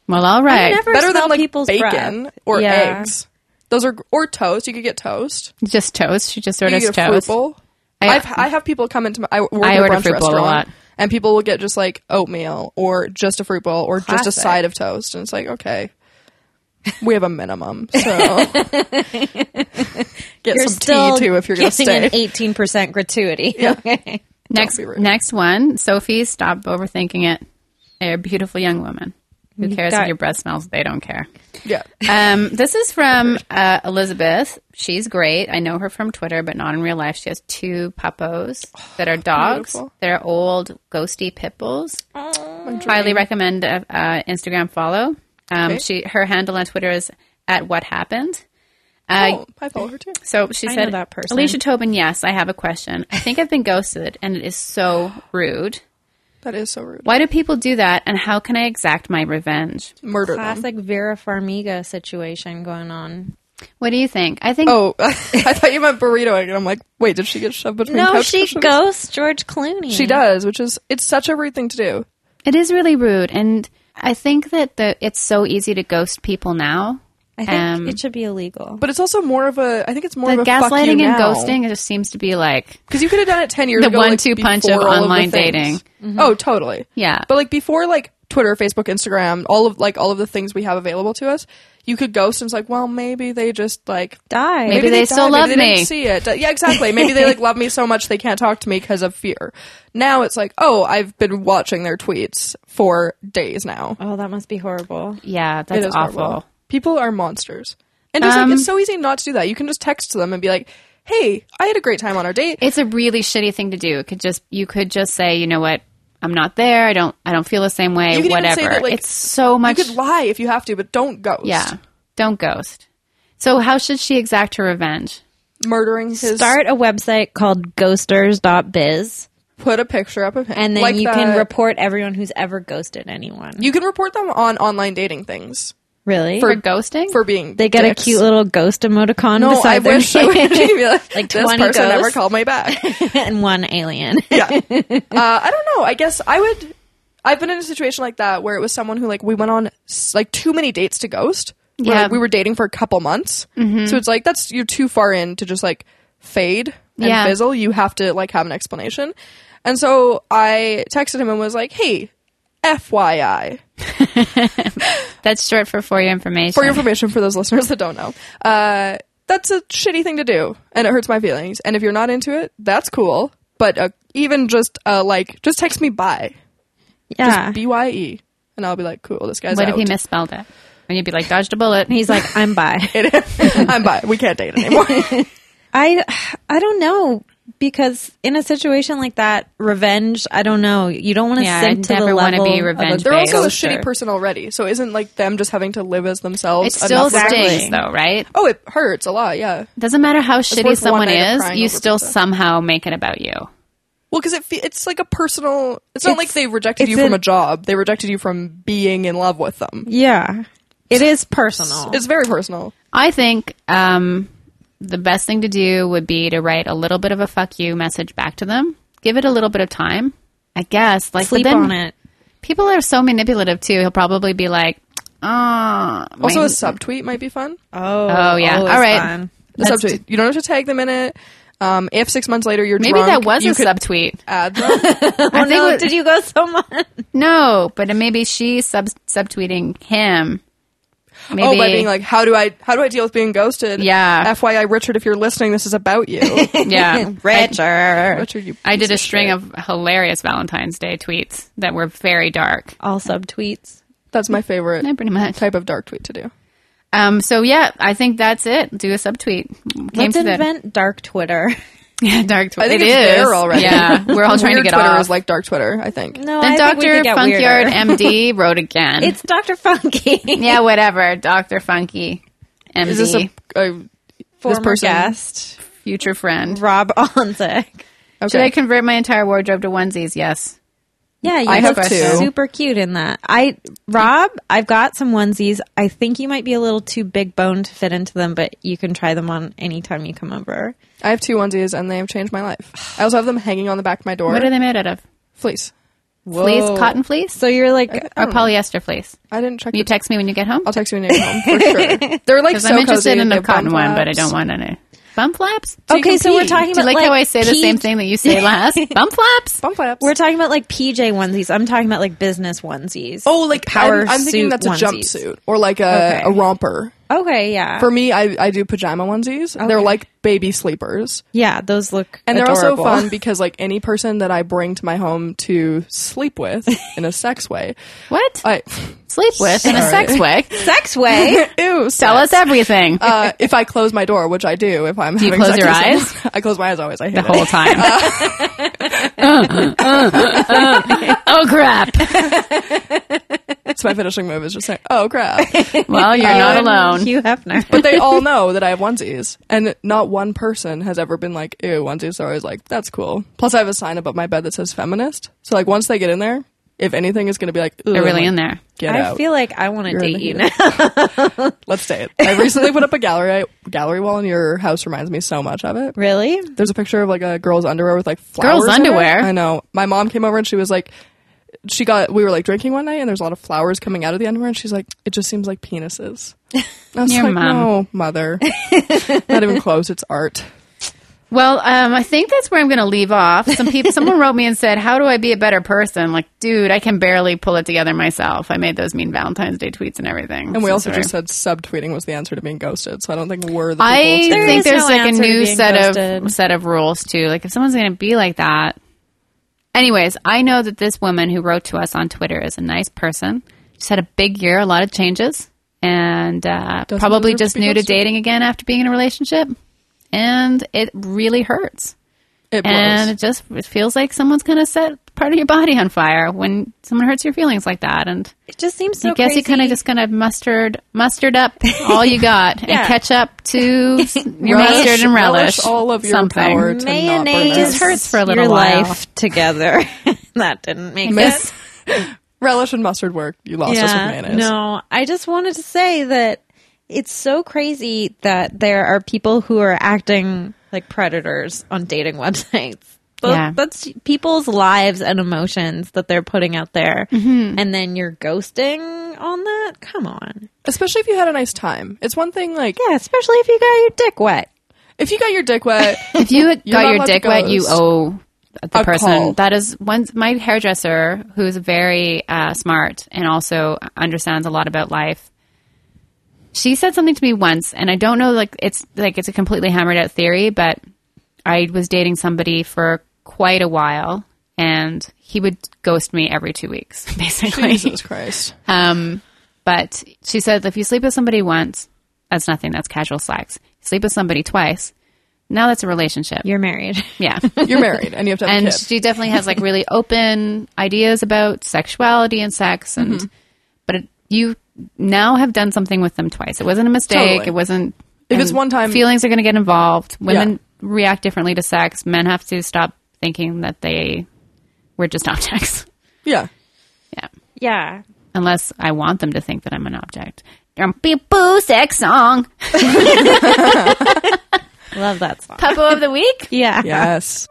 S1: Well, all right.
S2: never-
S3: better
S2: smell
S3: than like
S2: people's
S3: bacon
S2: breath.
S3: or
S2: Yeah.
S3: eggs. Those are or toast. You could get toast.
S1: Just toast. She just
S3: You
S1: orders
S3: could get a
S1: toast.
S3: fruit bowl.
S1: I-
S3: I, have I have people come into my I work
S1: I
S3: at a
S1: order
S3: brunch
S1: fruit bowl a
S3: restaurant,
S1: lot.
S3: and people will get just like oatmeal or just a fruit bowl or just
S2: Classic.
S3: a side of toast, and it's like okay, we have a minimum, so get some tea too if you're gonna
S2: getting
S3: stay.
S2: an eighteen percent gratuity. Okay.
S1: Next,
S3: be rude.
S1: next one. Sophie, stop overthinking it. They're a beautiful young woman. Who cares if
S2: got-
S1: your breath smells? They don't care.
S3: yeah,
S1: Um, this is from uh, Elizabeth. She's great. I know her from Twitter, but not in real life. She has two puppos that
S2: Oh,
S1: are dogs.
S3: beautiful.
S1: They're old, ghosty pit bulls.
S2: Oh.
S1: Highly recommend a, uh, Instagram follow. Um, She her handle on Twitter is at what happened. Uh,
S3: oh, I follow her too.
S1: so she
S2: I
S1: said,
S2: know that person.
S1: Alicia Tobin, yes, I have a question. I think I've been ghosted, and it is so rude.
S3: That is so rude.
S1: Why do people do that, and how can I exact my revenge?
S3: Murder them.
S2: Classic Vera Farmiga situation going on.
S1: What do you think? I think
S3: Oh, I thought you meant burritoing, and I'm like, wait, did she get shoved between?
S2: No,
S3: couch
S2: she
S3: cushions?
S2: ghosts George Clooney.
S3: She does, which is it's such a rude thing to do.
S1: it is really rude, and I think that the it's so easy to ghost people now.
S2: I think
S1: Um,
S2: it should be illegal.
S3: But it's also more of a. I think it's more
S1: The
S3: of a fuck
S1: gaslighting
S3: you
S1: and
S3: now.
S1: ghosting it just seems to be like
S3: because you could have done it ten years
S1: The
S3: ago.
S1: one-two
S3: like,
S1: punch
S3: before
S1: of
S3: all the
S1: online
S3: things.
S1: dating.
S3: Oh, totally.
S1: Yeah.
S3: but like before, like Twitter, Facebook, Instagram, all of like all of the things we have available to us, you could ghost and it's like, well, maybe they just like.
S2: Die.
S1: Maybe they still
S3: died,
S1: love
S3: maybe they
S1: me.
S3: Didn't see it. Yeah, exactly. Maybe they like love me so much they can't talk to me because of fear. Now it's like, oh, I've been watching their tweets for days now.
S2: Oh, that must be horrible.
S1: yeah, that's
S3: It is
S1: awful.
S3: horrible. People are monsters. And just
S1: Um,
S3: like it's so easy not to do that. You can just text them and be like, "Hey, I had a great time on our date.
S1: It's a really shitty thing to do. It could just you could just say, you know what, I'm not there. I don't I don't feel the same way.
S3: You could even
S1: Whatever.
S3: say that, like,
S1: it's so much.
S3: you could lie if you have to, but don't ghost.
S1: yeah, don't ghost. So how should she exact her revenge?
S3: murdering his.
S2: Start a website called ghosters.biz
S3: Put a picture up of him,
S2: and then
S3: Like
S2: you can
S3: that-
S2: report everyone who's ever ghosted anyone.
S3: You can report them on online dating things
S2: really?
S1: For ghosting?
S3: for being.
S2: they get
S3: dicks.
S2: a cute little ghost emoticon
S3: No, I
S2: beside their
S3: wish I would be like,
S2: Like
S3: this
S2: 20
S3: person never
S2: ghosts.
S3: called me back.
S2: and one alien.
S3: uh, I don't know. I guess I would. I've been in a situation like that where it was someone who like we went on s- like too many dates to ghost. We're,
S1: Yeah. Mm-hmm.
S3: like, we were dating for a couple months, so it's like that's you're too far in to just like fade and
S1: Yeah.
S3: fizzle. You have to like have an explanation. And so I texted him and was like, "Hey, FYI,
S1: That's short for for your information.
S3: for your information for those listeners that don't know, uh, that's a shitty thing to do, and it hurts my feelings. And if you're not into it, that's cool. But uh, even just uh, like just text me bye."
S2: yeah.
S3: B Y E, and I'll be like, cool, this guy's
S1: Ah. what
S3: out.
S1: if he misspelled it? And you'd be like, dodged a bullet.
S2: He's like, I'm bi.
S3: I'm bi. We can't date anymore.
S2: I I don't know because in a situation like that, revenge. I don't know. You don't want to
S1: Yeah,
S2: sink
S1: I'd
S2: to the
S1: never wanna
S2: level.
S1: be
S2: of a-
S1: revenge
S3: They're also a
S1: Bagels,
S3: shitty
S1: sure.
S3: person already, so isn't like them just having to live as
S1: it
S3: themselves?
S1: still
S3: enough for them?
S1: stings, though, right?
S3: Oh, it hurts a lot. Yeah.
S1: Doesn't matter how shitty
S3: worth one
S1: someone
S3: night of
S1: is,
S3: crying
S1: you
S3: over
S1: still
S3: pizza.
S1: somehow make it about you.
S3: Well, because it fe- it's like a personal. It's, not like they rejected
S2: it's
S3: you from
S2: an-
S3: a job. They rejected you from being in love with them.
S2: yeah, it is personal.
S3: It's very personal.
S1: I think um, the best thing to do would be to write a little bit of a fuck you message back to them. Give it a little bit of time, I guess. Like but
S2: Sleep
S1: then
S2: on it.
S1: People are so manipulative too. He'll probably be like, "Ah."
S3: Also, a
S1: my-
S3: subtweet might be fun.
S2: Oh,
S1: Oh, yeah.
S2: always
S1: All right.
S2: fun.
S3: A subtweet. You don't have to tag them in it. Um, if six months later you're
S1: maybe
S3: drunk,
S1: that was
S3: you
S1: a
S3: could
S1: subtweet.
S3: Add them.
S1: I think
S2: Oh, No,
S1: it-
S2: did you go so much?
S1: no, but maybe she's sub subtweeting him.
S3: Oh, by
S1: Maybe-
S3: being like, how do I how do I deal with being ghosted?
S1: Yeah.
S3: FYI, Richard, if you're listening, this is about you.
S1: Yeah.
S2: Richard.
S3: Richard, you.
S1: I did
S3: piece
S1: a string
S3: shit.
S1: of hilarious Valentine's Day tweets that were very dark.
S2: All subtweets.
S3: That's my favorite
S1: Yeah, pretty much.
S3: type of dark tweet to do.
S1: Um, so yeah, I think that's it. Do a subtweet. Came
S2: Let's
S1: to the
S2: invent dark Twitter.
S1: yeah, dark Twitter.
S3: I think
S1: It
S3: it's
S1: is.
S3: there already.
S1: Yeah, we're all trying to
S3: Weird
S1: get
S3: Twitter
S1: off.
S3: is like dark Twitter. I think.
S2: No,
S1: then
S2: I think we
S1: Doctor
S2: could get
S1: Funkyard
S2: weirder.
S1: MD wrote again.
S2: It's Dr. Funky.
S1: yeah, whatever. Doctor Funky MD,
S3: Is this a, a
S2: Former
S3: this person?
S2: guest,
S1: future friend.
S2: Rob Onzik.
S3: Okay.
S1: Should I convert my entire wardrobe to onesies? Yes.
S2: Yeah, you
S3: I
S2: look
S3: have two.
S2: super cute in that. I Rob, I've got some onesies. I think you might be a little too big bone to fit into them, but you can try them on anytime you come over.
S3: I have two onesies and they have changed my life. I also have them hanging on the back of my door.
S1: What are they made out of?
S3: Fleece.
S1: Fleece, cotton fleece,
S2: So you're like
S3: Oh.
S1: or polyester fleece?
S3: I didn't check.
S1: Will you
S3: the
S1: text me when you get home?
S3: I'll text you when you're home for sure. They're like
S1: Because
S3: so
S1: I'm interested
S3: cozy.
S1: in
S3: They
S1: a
S3: have
S1: cotton
S3: bum
S1: one, but I
S3: flaps.
S1: don't want any bum flaps.
S2: Okay, so we're
S1: compete.
S2: talking
S1: Do you
S2: about,
S1: like,
S2: like,
S1: how I say the
S2: pea-
S1: same thing that you say last. bum flaps.
S3: Bum flaps.
S2: we're talking about like PJ onesies. I'm talking about like business onesies.
S3: oh, like
S2: power
S3: I'm, I'm
S2: suit
S3: thinking that's a
S2: onesies.
S3: jumpsuit or like a,
S2: Okay.
S3: a romper.
S2: Okay, yeah.
S3: For me, I, I do pajama onesies. They're like baby sleepers.
S2: yeah, those look
S3: And they're
S2: adorable.
S3: also fun because like any person that I bring to my home to sleep with in a sex way,
S1: What?
S3: I
S1: Sleep with in a
S3: Sorry.
S1: sex way.
S2: Sex way.
S3: ew.
S1: Tell us everything
S3: Uh, if I close my door, which I do, if I'm do
S1: you
S3: having
S1: close
S3: sex
S1: your
S3: with
S1: eyes?
S3: someone- I close my eyes always. I hate
S1: the
S3: it.
S1: whole time. oh crap!
S3: That's my finishing move is just saying, "Oh crap!"
S1: Well, you're not alone.
S2: Hugh Hefner.
S3: But they all know that I have onesies, and not one person has ever been like, "Ew, onesies." They're always like, "That's cool." Plus, I have a sign above my bed that says "feminist." So, like, once they get in there, if anything is going to be like, "Ew,"
S1: They're really
S3: like,
S1: in there.
S3: Get
S2: I
S3: out.
S2: feel like I want to
S3: You're in
S2: date
S3: the
S2: you now.
S3: heat. Let's say it. I recently put up a gallery gallery wall, and your house reminds me so much of it.
S2: Really?
S3: There's a picture of like a girl's underwear with like flowers.
S1: Girl's
S3: in it.
S1: underwear?
S3: I know. My mom came over and she was like, she got. We were like drinking one night, and there's a lot of flowers coming out of the underwear, and she's like, it just seems like penises. And I was
S1: Your
S3: like,
S1: mom.
S3: no, mother, not even close. It's art.
S1: Well, um, I think that's where I'm going to leave off. Some people, someone wrote me and said, "How do I be a better person?" Like, dude, I can barely pull it together myself. I made those mean Valentine's Day tweets and everything.
S3: And we also
S1: sorry.
S3: just said subtweeting was the answer to being ghosted. So I don't think we're the people.
S1: I
S3: to-
S2: There
S1: think
S2: is
S1: there's
S2: no
S1: like a
S2: answer to
S1: new
S2: being
S1: set of
S2: ghosted.
S1: set of rules too. Like if someone's going to be like that. Anyways, I know that this woman who wrote to us on Twitter is a nice person. She's had a big year, a lot of changes, and uh,
S3: Doesn't
S1: probably
S3: deserve
S1: just
S3: to be
S1: new to
S3: ghosted.
S1: dating again after being in a relationship. And it really hurts.
S3: it blows.
S1: And it just it feels like someone's going to set part of your body on fire when someone hurts your feelings like that. And
S2: It just seems so
S1: I guess you kind of just kind of mustard mustard up all you got and
S2: Yeah.
S1: catch up to your
S3: Relish-
S1: mustard and relish,
S3: relish all of your
S1: something.
S3: power. to not burn
S2: mayonnaise
S3: out. It just
S1: hurts for a little
S2: your
S1: while.
S2: life together. that didn't make sense.
S3: Miss- relish and mustard work. You lost us with mayonnaise.
S2: No, I just wanted to say that it's so crazy that there are people who are acting like predators on dating websites. Tho-
S1: Yeah.
S2: That's people's lives and emotions that they're putting out there. And then you're ghosting on that? Come on.
S3: Especially if you had a nice time. It's one thing like
S2: Yeah, especially if you got your dick wet.
S3: if you got your dick wet.
S1: If you got
S3: not
S1: your
S3: allowed
S1: dick
S3: to
S1: wet, you
S3: ghost.
S1: owe the
S3: A
S1: person.
S3: call.
S1: That is once my hairdresser, who's very uh, smart and also understands a lot about life. She said something to me once, and I don't know, like it's like it's a completely hammered out theory, but I was dating somebody for quite a while, and he would ghost me every two weeks, basically.
S3: Jesus Christ.
S1: Um, but she said, if you sleep with somebody once, that's nothing. That's casual sex. Sleep with somebody twice. Now that's a relationship.
S2: You're married.
S1: yeah.
S3: You're married and you have to have a
S1: and
S3: kid.
S1: she definitely has like really open ideas about sexuality and sex. And,
S3: Mm-hmm.
S1: but it, you now have done something with them twice. It wasn't a mistake.
S3: Totally.
S1: It wasn't.
S3: If it's
S1: and
S3: one time-
S1: feelings are going to get involved. Women
S3: Yeah.
S1: react differently to sex. Men have to stop thinking that they were just objects.
S3: yeah.
S1: Yeah.
S2: Yeah.
S1: unless I want them to think that I'm an object. Um, Boo boo sex song.
S2: Love that song.
S1: Puppo of the week.
S2: Yeah.
S3: Yes.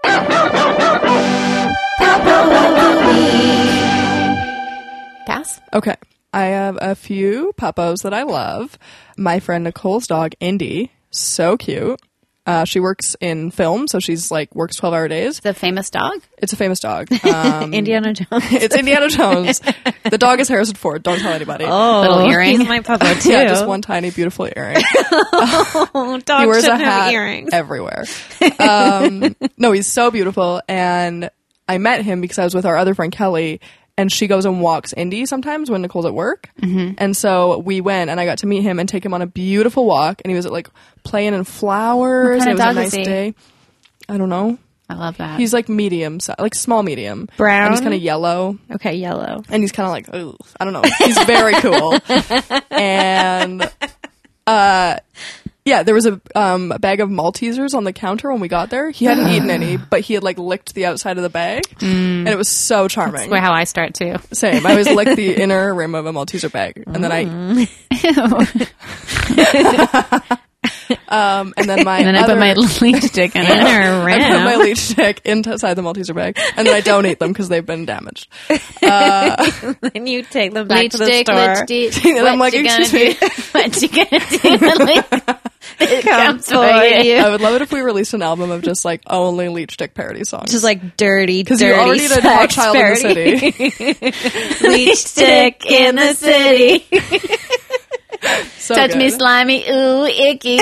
S1: Pass.
S3: Okay. I have a few puppos that I love. My friend Nicole's dog, Indy, so cute. Uh, she works in film, so she's like works twelve hour days.
S1: The famous dog?
S3: It's a famous dog. Um,
S2: Indiana Jones.
S3: it's Indiana Jones. The dog is Harrison Ford. Don't tell anybody.
S2: Oh,
S1: Little earring.
S2: He's my puppet too.
S3: Yeah, just one tiny beautiful earring.
S2: Oh, dog
S3: he wears a
S2: shouldn't
S3: hat
S2: have earrings.
S3: everywhere. Um, no, he's so beautiful, and I met him because I was with our other friend Kelly, and she goes and walks Indy sometimes when Nicole's at work, and so we went, and I got to meet him and take him on a beautiful walk, and he was like playing in flowers.
S1: kind of
S3: and it was a
S1: dog is
S3: nice
S1: he?
S3: day. I don't know.
S1: I love that.
S3: He's like medium, si- like small medium,
S2: Brown?
S3: And he's kind of yellow
S2: Okay, yellow.
S3: and he's kind of like, Ugh, I don't know. He's very cool. and uh, yeah, there was a, um, a bag of Maltesers on the counter when we got there. He hadn't eaten any, but he had like licked the outside of the bag, and it was so charming.
S1: Where how Mm. I start too.
S3: Same. I always lick the inner rim of a Malteser bag, and then
S1: Mm.
S3: I, um, and then my,
S1: and then I
S3: other,
S1: put my leech dick in it.
S2: Inner
S3: I put my
S2: rim.
S3: leech stick inside the Malteser bag, and then I don't eat them because they've been damaged.
S2: Then you take them back
S1: Leech
S2: to the
S1: dick,
S2: store.
S1: leech dick.
S3: And I'm like, "Excuse me."
S1: What you gonna do?
S2: It comes
S1: That's what I
S2: for you.
S1: do.
S3: I would love it if we released an album of just like only leech stick parody songs.
S2: Just like dirty,
S3: Because
S2: dirty
S3: you already did Hot
S2: sex
S3: Child in
S2: parody.
S3: the City.
S2: Leech dick in the city.
S3: So
S1: Touch me
S3: good.
S1: slimy, ooh, icky.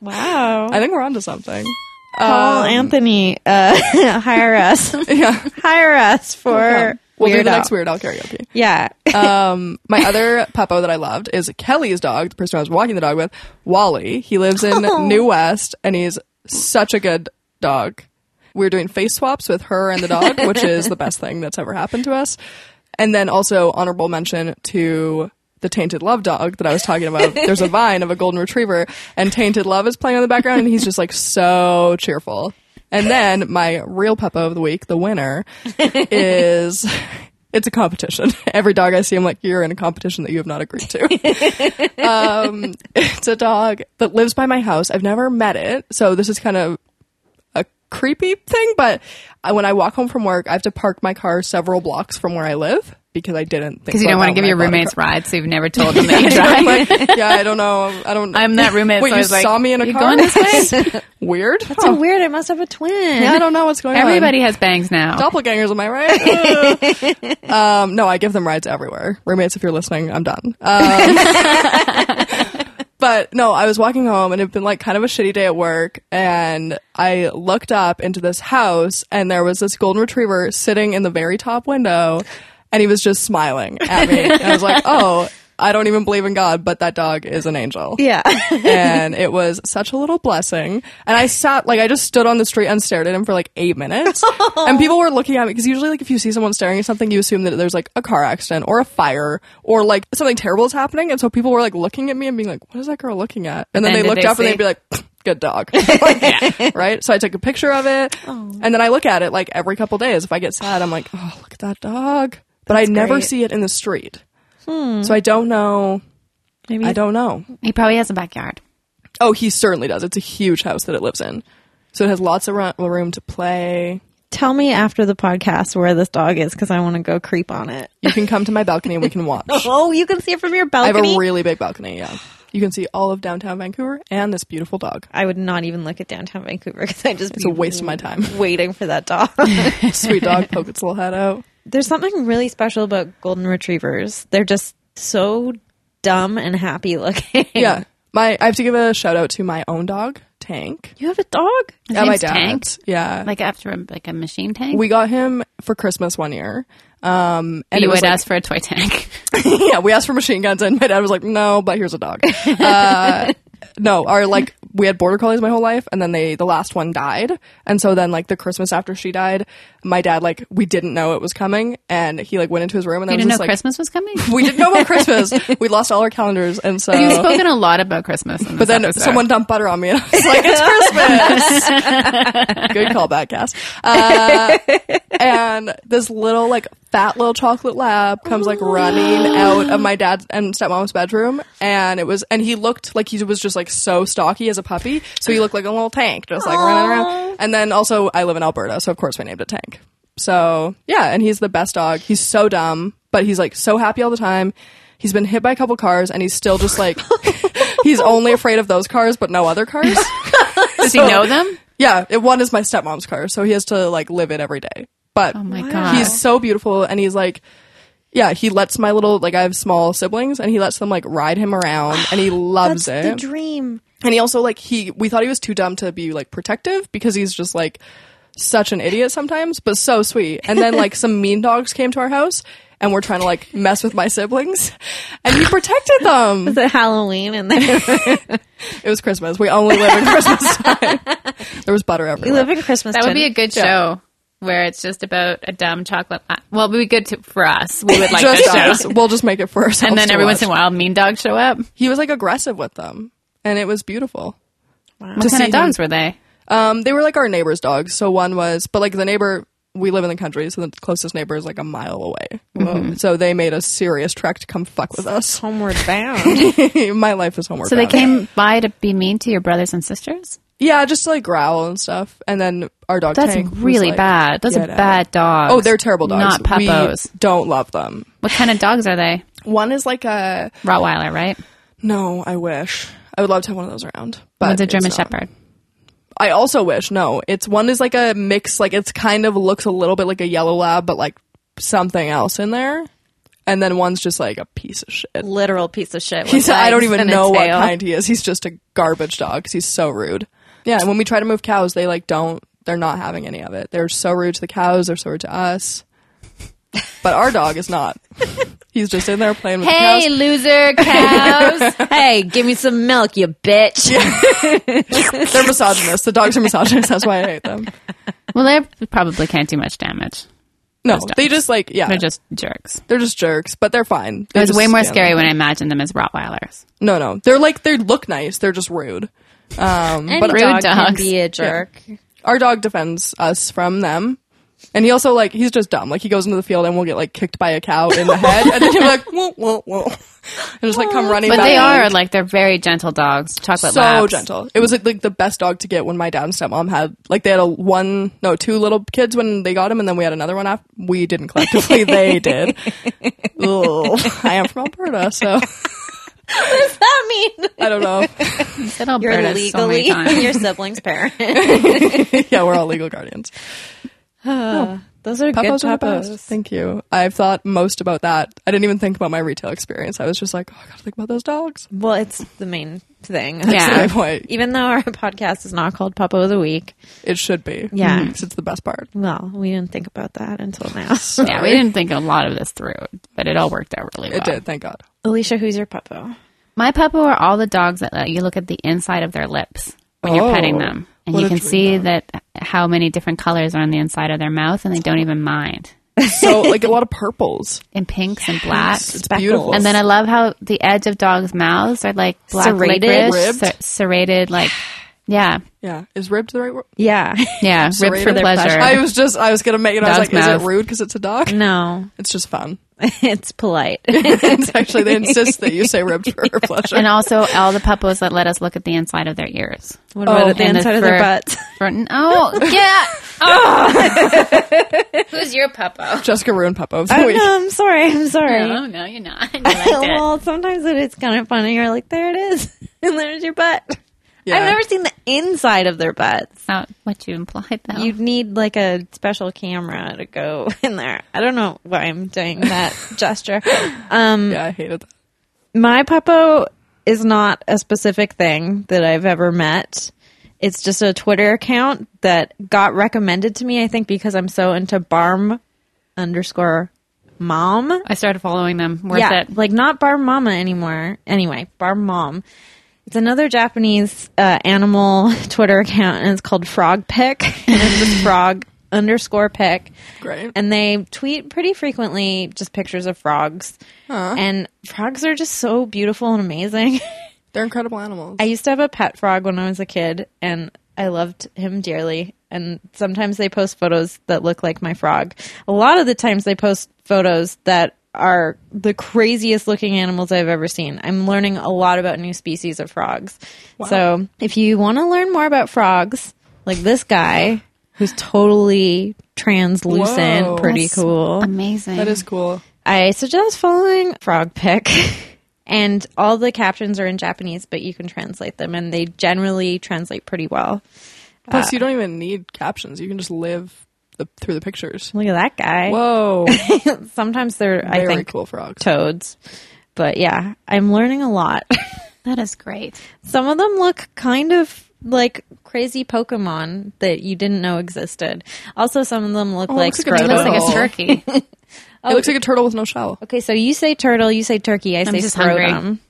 S2: Wow.
S3: I think we're onto something.
S2: Paul Anthony, uh, hire us.
S3: Yeah.
S2: Hire us for
S3: We'll do
S2: Weird Oh.
S3: the
S2: Al.
S3: next Weird Al karaoke.
S2: Yeah.
S3: Um, my other puppo that I loved is Kelly's dog, the person I was walking the dog with, Wally. He lives in New West, and he's such a good dog. We were doing face swaps with her and the dog, which is the best thing that's ever happened to us. And then also honorable mention to the Tainted Love dog that I was talking about. There's a vine of a golden retriever, and Tainted Love is playing on the background, and he's just like so cheerful. And then my real puppo of the week, the winner, is it's a competition. Every dog I see, I'm like, you're in a competition that you have not agreed to. um, it's a dog that lives by my house. I've never met it, so this is kind of a creepy thing. But I, when I walk home from work, I have to park my car several blocks from where I live because I didn't.
S1: Because you don't want to give your roommates rides, so you've never told them that you drive.
S3: yeah, I don't know. I don't.
S1: I'm that roommate.
S3: Wait,
S1: so I
S3: you
S1: was like,
S3: saw me in a
S1: you
S3: car?
S1: Going this way?
S3: Weird.
S2: That's so weird. I must have a twin.
S3: Yeah, I don't know what's going on.
S1: Everybody has bangs now.
S3: doppelgangers. Am I right? Ugh. um, no, I give them rides everywhere. Roommates, if you're listening, I'm done. Um, but no, I was walking home and it'd been like kind of a shitty day at work, and I looked up into this house, and there was this golden retriever sitting in the very top window, and he was just smiling at me. and I was like, oh. I don't even believe in God, but that dog is an angel
S2: Yeah.
S3: and it was such a little blessing. And I sat like I just stood on the street and stared at him for like eight minutes, and people were looking at me because usually like if you see someone staring at something, you assume that there's like a car accident or a fire or like something terrible is happening, and so people were like looking at me and being like, "What is that girl looking at?" And then,
S1: then
S3: they
S1: did
S3: looked
S1: they
S3: up and
S1: see?
S3: they'd be like. Good dog, right? So I took a picture of it,
S1: Oh.
S3: and then I look at it like every couple days. If I get sad, I'm like, "Oh, look at that dog," but I never
S2: great.
S3: see it in the street,
S1: Hmm.
S3: so I don't know.
S2: Maybe
S3: I don't know.
S1: He probably has a backyard.
S3: Oh, he certainly does. It's a huge house that it lives in. So it has lots of ru- room to play.
S2: tell me after the podcast where this dog is because I want to go creep on it.
S3: You can come to my balcony and we can watch.
S2: Oh, you can see it from your
S3: I have
S2: balcony.
S3: a really big balcony, yeah. You can see all of downtown Vancouver and this beautiful dog.
S2: I would not even look at downtown Vancouver because I just
S3: It's a waste of my time.
S2: waiting for that dog.
S3: Sweet dog poke its little head out.
S2: There's something really special about golden retrievers. They're just so dumb and happy looking.
S3: Yeah. My I have to give a shout out to my own dog, Tank.
S2: You have a dog?
S1: His
S3: Yeah, my
S1: name's Tank?
S3: dad's. Yeah.
S1: Like after a, like a machine tank.
S3: we got him for Christmas one year. Um and it
S1: you
S3: was
S1: would
S3: like,
S1: ask for a toy tank.
S3: yeah, we asked for machine guns, and my dad was like, "No, but here's a dog." Uh, no, our like we had border collies my whole life, and then they the last one died, and so then like the Christmas after she died, my dad like we didn't know it was coming, and he like went into his room, and I
S1: You
S3: was
S1: didn't know
S3: just like,
S1: Christmas was coming.
S3: "We didn't know about Christmas. we lost all our calendars, and so."
S1: You've spoken a lot about Christmas, in
S3: But
S1: this
S3: then
S1: episode.
S3: someone dumped butter on me, and I was like, "It's Christmas." Good call, back Cass. Uh, and this little, like, fat little chocolate lab comes like running out of my dad's and stepmom's bedroom, and it was, and he looked like he was just like so stocky as a puppy, so he looked like a little tank, just like running around. And then also, I live in Alberta, so of course we named it Tank. So yeah, and he's the best dog. He's so dumb, but he's like so happy all the time. He's been hit by a couple cars, and he's still just like he's only afraid of those cars, but no other cars.
S1: Does he know them?
S3: yeah, it, one is my stepmom's car, so he has to like live it every day. But
S1: Oh my god.
S3: he's so beautiful, and he's like. Yeah, he lets my little like I have small siblings, and he lets them like ride him around, and he loves
S2: That's
S3: it.
S2: the dream.
S3: And he also like he we thought he was too dumb to be like protective because he's just like such an idiot sometimes, but so sweet. And then like some mean dogs came to our house and were trying to like mess with my siblings and he protected them.
S2: The Halloween and there.
S3: It was Christmas. We only live in Christmas time. There was butter
S2: we
S3: everywhere.
S2: live in Christmas.
S1: That would
S2: Jen.
S1: be a good show where it's just about a dumb chocolate. la- Well, it would be good to, for us. We would like
S3: just
S1: this show.
S3: us. We'll just make it for ourselves.
S1: And then
S3: to
S1: every
S3: watch.
S1: once in a while, mean dogs show up.
S3: he was like aggressive with them, and it was beautiful.
S1: What kind
S3: see
S1: of dogs were they?
S3: Um, they were like our neighbors' dogs. So one was, but like the neighbor, we live in the country, so the closest neighbor is like a mile away.
S1: Mm-hmm.
S3: So they made a serious trek to come fuck with us.
S2: homeward bound.
S3: My life is homework.
S1: So they
S3: bound.
S1: came by to be mean to your brothers and sisters.
S3: yeah, just to, like growl and stuff. And then our dog,
S1: That's
S3: Tank was,
S1: really
S3: like,
S1: bad. Those are
S3: "Get out."
S1: bad dogs.
S3: Oh, they're terrible dogs.
S1: Not puppos.
S3: We don't love them.
S1: What kind of dogs are they?
S3: One is like a
S1: Rottweiler, right?
S3: no. I wish I would love to have one of those around. But
S1: One's a
S3: it's
S1: German
S3: not.
S1: Shepherd.
S3: I also wish. No, it's one is like a mix. Like it's kind of looks a little bit like a yellow lab, but like something else in there. And then one's just like a piece of shit.
S2: Literal piece of shit. with
S3: He's I don't
S2: legs
S3: even
S2: and a
S3: know what
S2: tail.
S3: kind he is. He's just a garbage dog 'cause he's so rude. Yeah, and when we try to move cows, they like don't. They're not having any of it. They're so rude to the cows. They're so rude to us. But our dog is not. He's just in there playing with the
S1: Hey,
S3: cows.
S1: loser cows.
S2: hey, give me some milk, you bitch.
S3: They're misogynists. The dogs are misogynists. That's why I hate them.
S1: well, they probably can't do much damage.
S3: No, they just like yeah.
S1: They're just jerks.
S3: They're just jerks, but they're fine.
S1: It
S3: They're
S1: was
S3: just
S1: way more
S3: stand
S1: scary
S3: there.
S1: when I imagined them as Rottweilers.
S3: No, no, they're like they look nice. They're just rude. Um,
S2: Any
S3: but
S1: rude
S2: dog can
S1: dogs.
S2: be a jerk.
S3: our dog defends us from them, and he also like he's just dumb. Like he goes into the field and we'll get like kicked by a cow in the head, and then he'll be like whoa, whoa, whoa, and just like come running.
S1: But
S3: back
S1: they are like they're very gentle dogs. Chocolate
S3: so
S1: labs.
S3: gentle. It was like, like the best dog to get when my dad and stepmom had like they had a one no two little kids when they got him, and then we had another one after we didn't collectively. they did. Ugh. I am from Alberta, so
S2: I mean,
S3: I don't know.
S1: You said Alberta
S2: you're
S1: so many
S2: legally
S1: times.
S2: your sibling's parent.
S3: yeah, we're all legal guardians.
S2: Those are
S3: Papa's
S2: good
S3: are the
S2: papas.
S3: best. Thank you. I've thought most about that. I didn't even think about my retail experience. I was just like, oh, I gotta think about those dogs.
S2: Well, it's the main thing.
S1: Yeah.
S3: That's my point.
S2: Even though our podcast is not called Papa of the Week,
S3: It should be.
S2: Yeah.
S3: Because it's the best part.
S2: well, we didn't think about that until now.
S1: Yeah, we didn't think a lot of this through, but it all worked out really well.
S3: It did, thank God.
S2: Alicia, who's your papa?
S1: My puppo are all the dogs that let you look at the inside of their lips when you're
S3: Oh,
S1: petting them, and
S3: what
S1: you
S3: a
S1: can
S3: dream
S1: see that how many different colors are on the inside of their mouth, and they don't even mind.
S3: So like a lot of purples.
S1: And pinks and blacks.
S3: It's beautiful.
S1: And then I love how the edge of dogs' mouths are like black
S2: Serrated?
S1: licorice,
S3: Ribbed?
S1: ser- serrated, like yeah,
S3: yeah. Is ribbed the right word?
S2: Yeah.
S1: yeah, ribbed for
S3: Serrated?
S1: pleasure.
S3: I was just I was gonna make it I was
S1: Dog's
S3: like, is
S1: mouth. Mm.
S3: it rude because it's a dog?
S2: No,
S3: It's just fun.
S2: it's polite.
S3: it's actually they insist that you say ribbed for her pleasure.
S1: and also all the puppos that let us look at the inside of their ears.
S2: What about at the
S1: and the
S2: inside of their
S1: fur.
S2: butts?
S1: Burton. Oh, yeah. Oh. Who's your puppo?
S3: Jessica ruined Peppa of the
S2: Oh,
S3: week.
S2: no, I'm sorry. I'm sorry.
S1: No, no, you're not. You
S2: well, sometimes it is kind of funny. You're like, there it is. And there's your butt.
S3: Yeah.
S2: I've never seen the inside of their butts.
S1: That's not what you implied, though.
S2: You'd need like a special camera to go in there. I don't know why I'm doing that gesture. Um,
S3: Yeah, I hated that.
S2: my puppo is not a specific thing that I've ever met. It's just a Twitter account that got recommended to me, I think, because I'm so into barm underscore mom.
S1: I started following them. Worth
S2: yeah,
S1: it.
S2: like not Bar Mama anymore. Anyway, Bar Mom. It's another Japanese uh, animal Twitter account, and it's called Frog Pick, and it's just frog underscore pick.
S3: Great.
S2: And they tweet pretty frequently just pictures of frogs, and frogs are just so beautiful and amazing.
S3: They're incredible animals.
S2: I used to have a pet frog when I was a kid, and I loved him dearly. And sometimes they post photos that look like my frog. A lot of the times they post photos that are the craziest looking animals I've ever seen. I'm learning a lot about new species of frogs. So if you want to learn more about frogs, like this guy who's totally translucent,
S3: Whoa.
S2: pretty
S1: That's
S2: cool.
S1: Amazing.
S3: that is cool.
S2: I suggest following Frog Pick. And all the captions are in Japanese, but you can translate them, and they generally translate pretty well. Uh,
S3: Plus, you don't even need captions. You can just live the, through the pictures.
S2: Look at that guy.
S3: Whoa.
S2: Sometimes they're, I
S3: Very
S2: think,
S3: cool frogs.
S2: toads. But yeah, I'm learning a lot.
S1: That is great.
S2: Some of them look kind of like crazy Pokemon that you didn't know existed. Also, some of them look
S3: Oh,
S2: like
S3: it
S2: Oh.
S3: looks like
S1: It looks
S3: a
S1: like
S3: Oh.
S1: a turkey.
S3: It looks like a turtle with no shell.
S2: Okay, so you say turtle, you say turkey, I say
S1: just
S2: scrotum.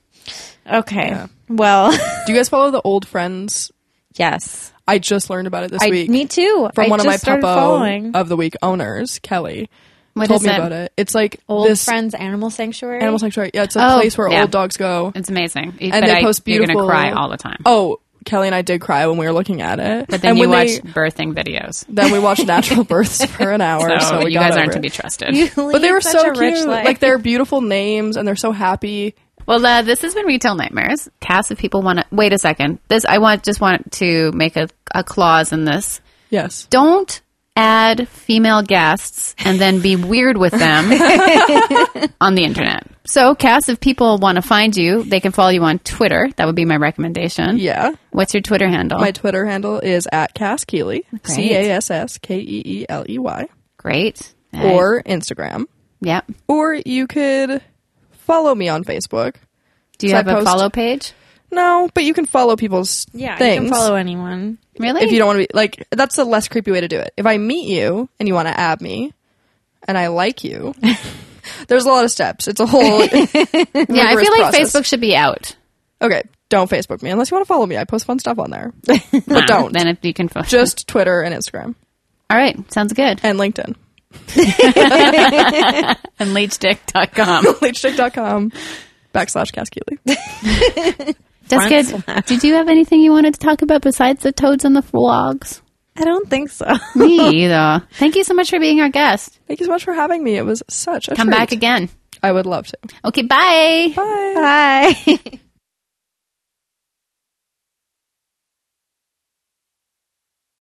S2: Okay. Well,
S3: Do you guys follow the old friends?
S2: yes.
S3: I just learned about it this
S2: I,
S3: week
S2: me too.
S3: from
S2: I
S3: one of
S2: just
S3: my
S2: started
S3: Puppo
S2: following.
S3: of the week owners, Kelly.
S1: What
S3: told
S1: is
S3: me
S1: it?
S3: about it. It's like
S2: Old
S3: this
S2: Friends Animal Sanctuary.
S3: animal sanctuary. Yeah, it's a
S1: Oh,
S3: place where
S1: yeah.
S3: old dogs go.
S2: Mm-hmm.
S1: It's amazing. And
S3: they post
S1: You're
S3: beautiful-
S1: going to cry all the time.
S3: Oh, Kelly and I did cry when we were looking at it.
S1: but then
S3: and
S1: you
S3: when
S1: watch
S3: they-
S1: birthing videos.
S3: then we watched natural births for an hour. So,
S1: So,
S3: we
S1: you
S3: got
S1: guys aren't
S3: over
S1: to
S3: it.
S1: be trusted.
S2: You
S3: But they
S2: lead
S3: were
S2: such
S3: so
S2: a rich
S3: cute.
S2: life.
S3: Like they're beautiful names and they're so happy.
S1: Well, uh, this has been Retail Nightmares. Cass, if people want to wait a second, this I want just want to make a, a clause in this.
S3: Yes.
S1: Don't add female guests and then be weird with them on the internet. So, Cass, if people want to find you, they can follow you on Twitter. That would be my
S2: Mm-hmm.
S1: recommendation.
S3: Yeah.
S1: What's your Twitter
S2: Uh-huh.
S1: handle?
S3: My Twitter handle is at Cass Keeley, C A S S K E E L E Y,
S1: Great. Nice.
S3: or Instagram.
S1: yep.
S3: Or you could follow me on Facebook.
S1: Do you
S3: So I
S1: have a
S3: post-
S1: follow page?
S3: No, but you can follow people's
S2: yeah, you
S3: things.
S2: can follow anyone.
S1: Really?
S3: if you don't want to be like that's a less creepy way to do it. If I meet you and you want to add me and I like you, there's a lot of steps. It's a whole
S1: yeah, I feel
S3: rigorous
S1: like
S3: process.
S1: Facebook should be out.
S3: Okay, don't Facebook me unless you want to follow me. I post fun stuff on there. But don't.
S1: Then if you can. Fo-
S3: Just Twitter and Instagram
S1: All right. Sounds good.
S3: and LinkedIn.
S1: And leechdick.com.
S3: Leechchick.com backslash Cass Keeley.
S1: Jessica, did you have anything you wanted to talk about besides the toads and the vlogs?
S2: I don't think so.
S1: Me either. Thank you so much for being our guest.
S3: Thank you so much for having me. It was such a
S1: Come
S3: treat.
S1: back again.
S3: I would love to.
S1: Okay, bye.
S3: Bye.
S2: Bye.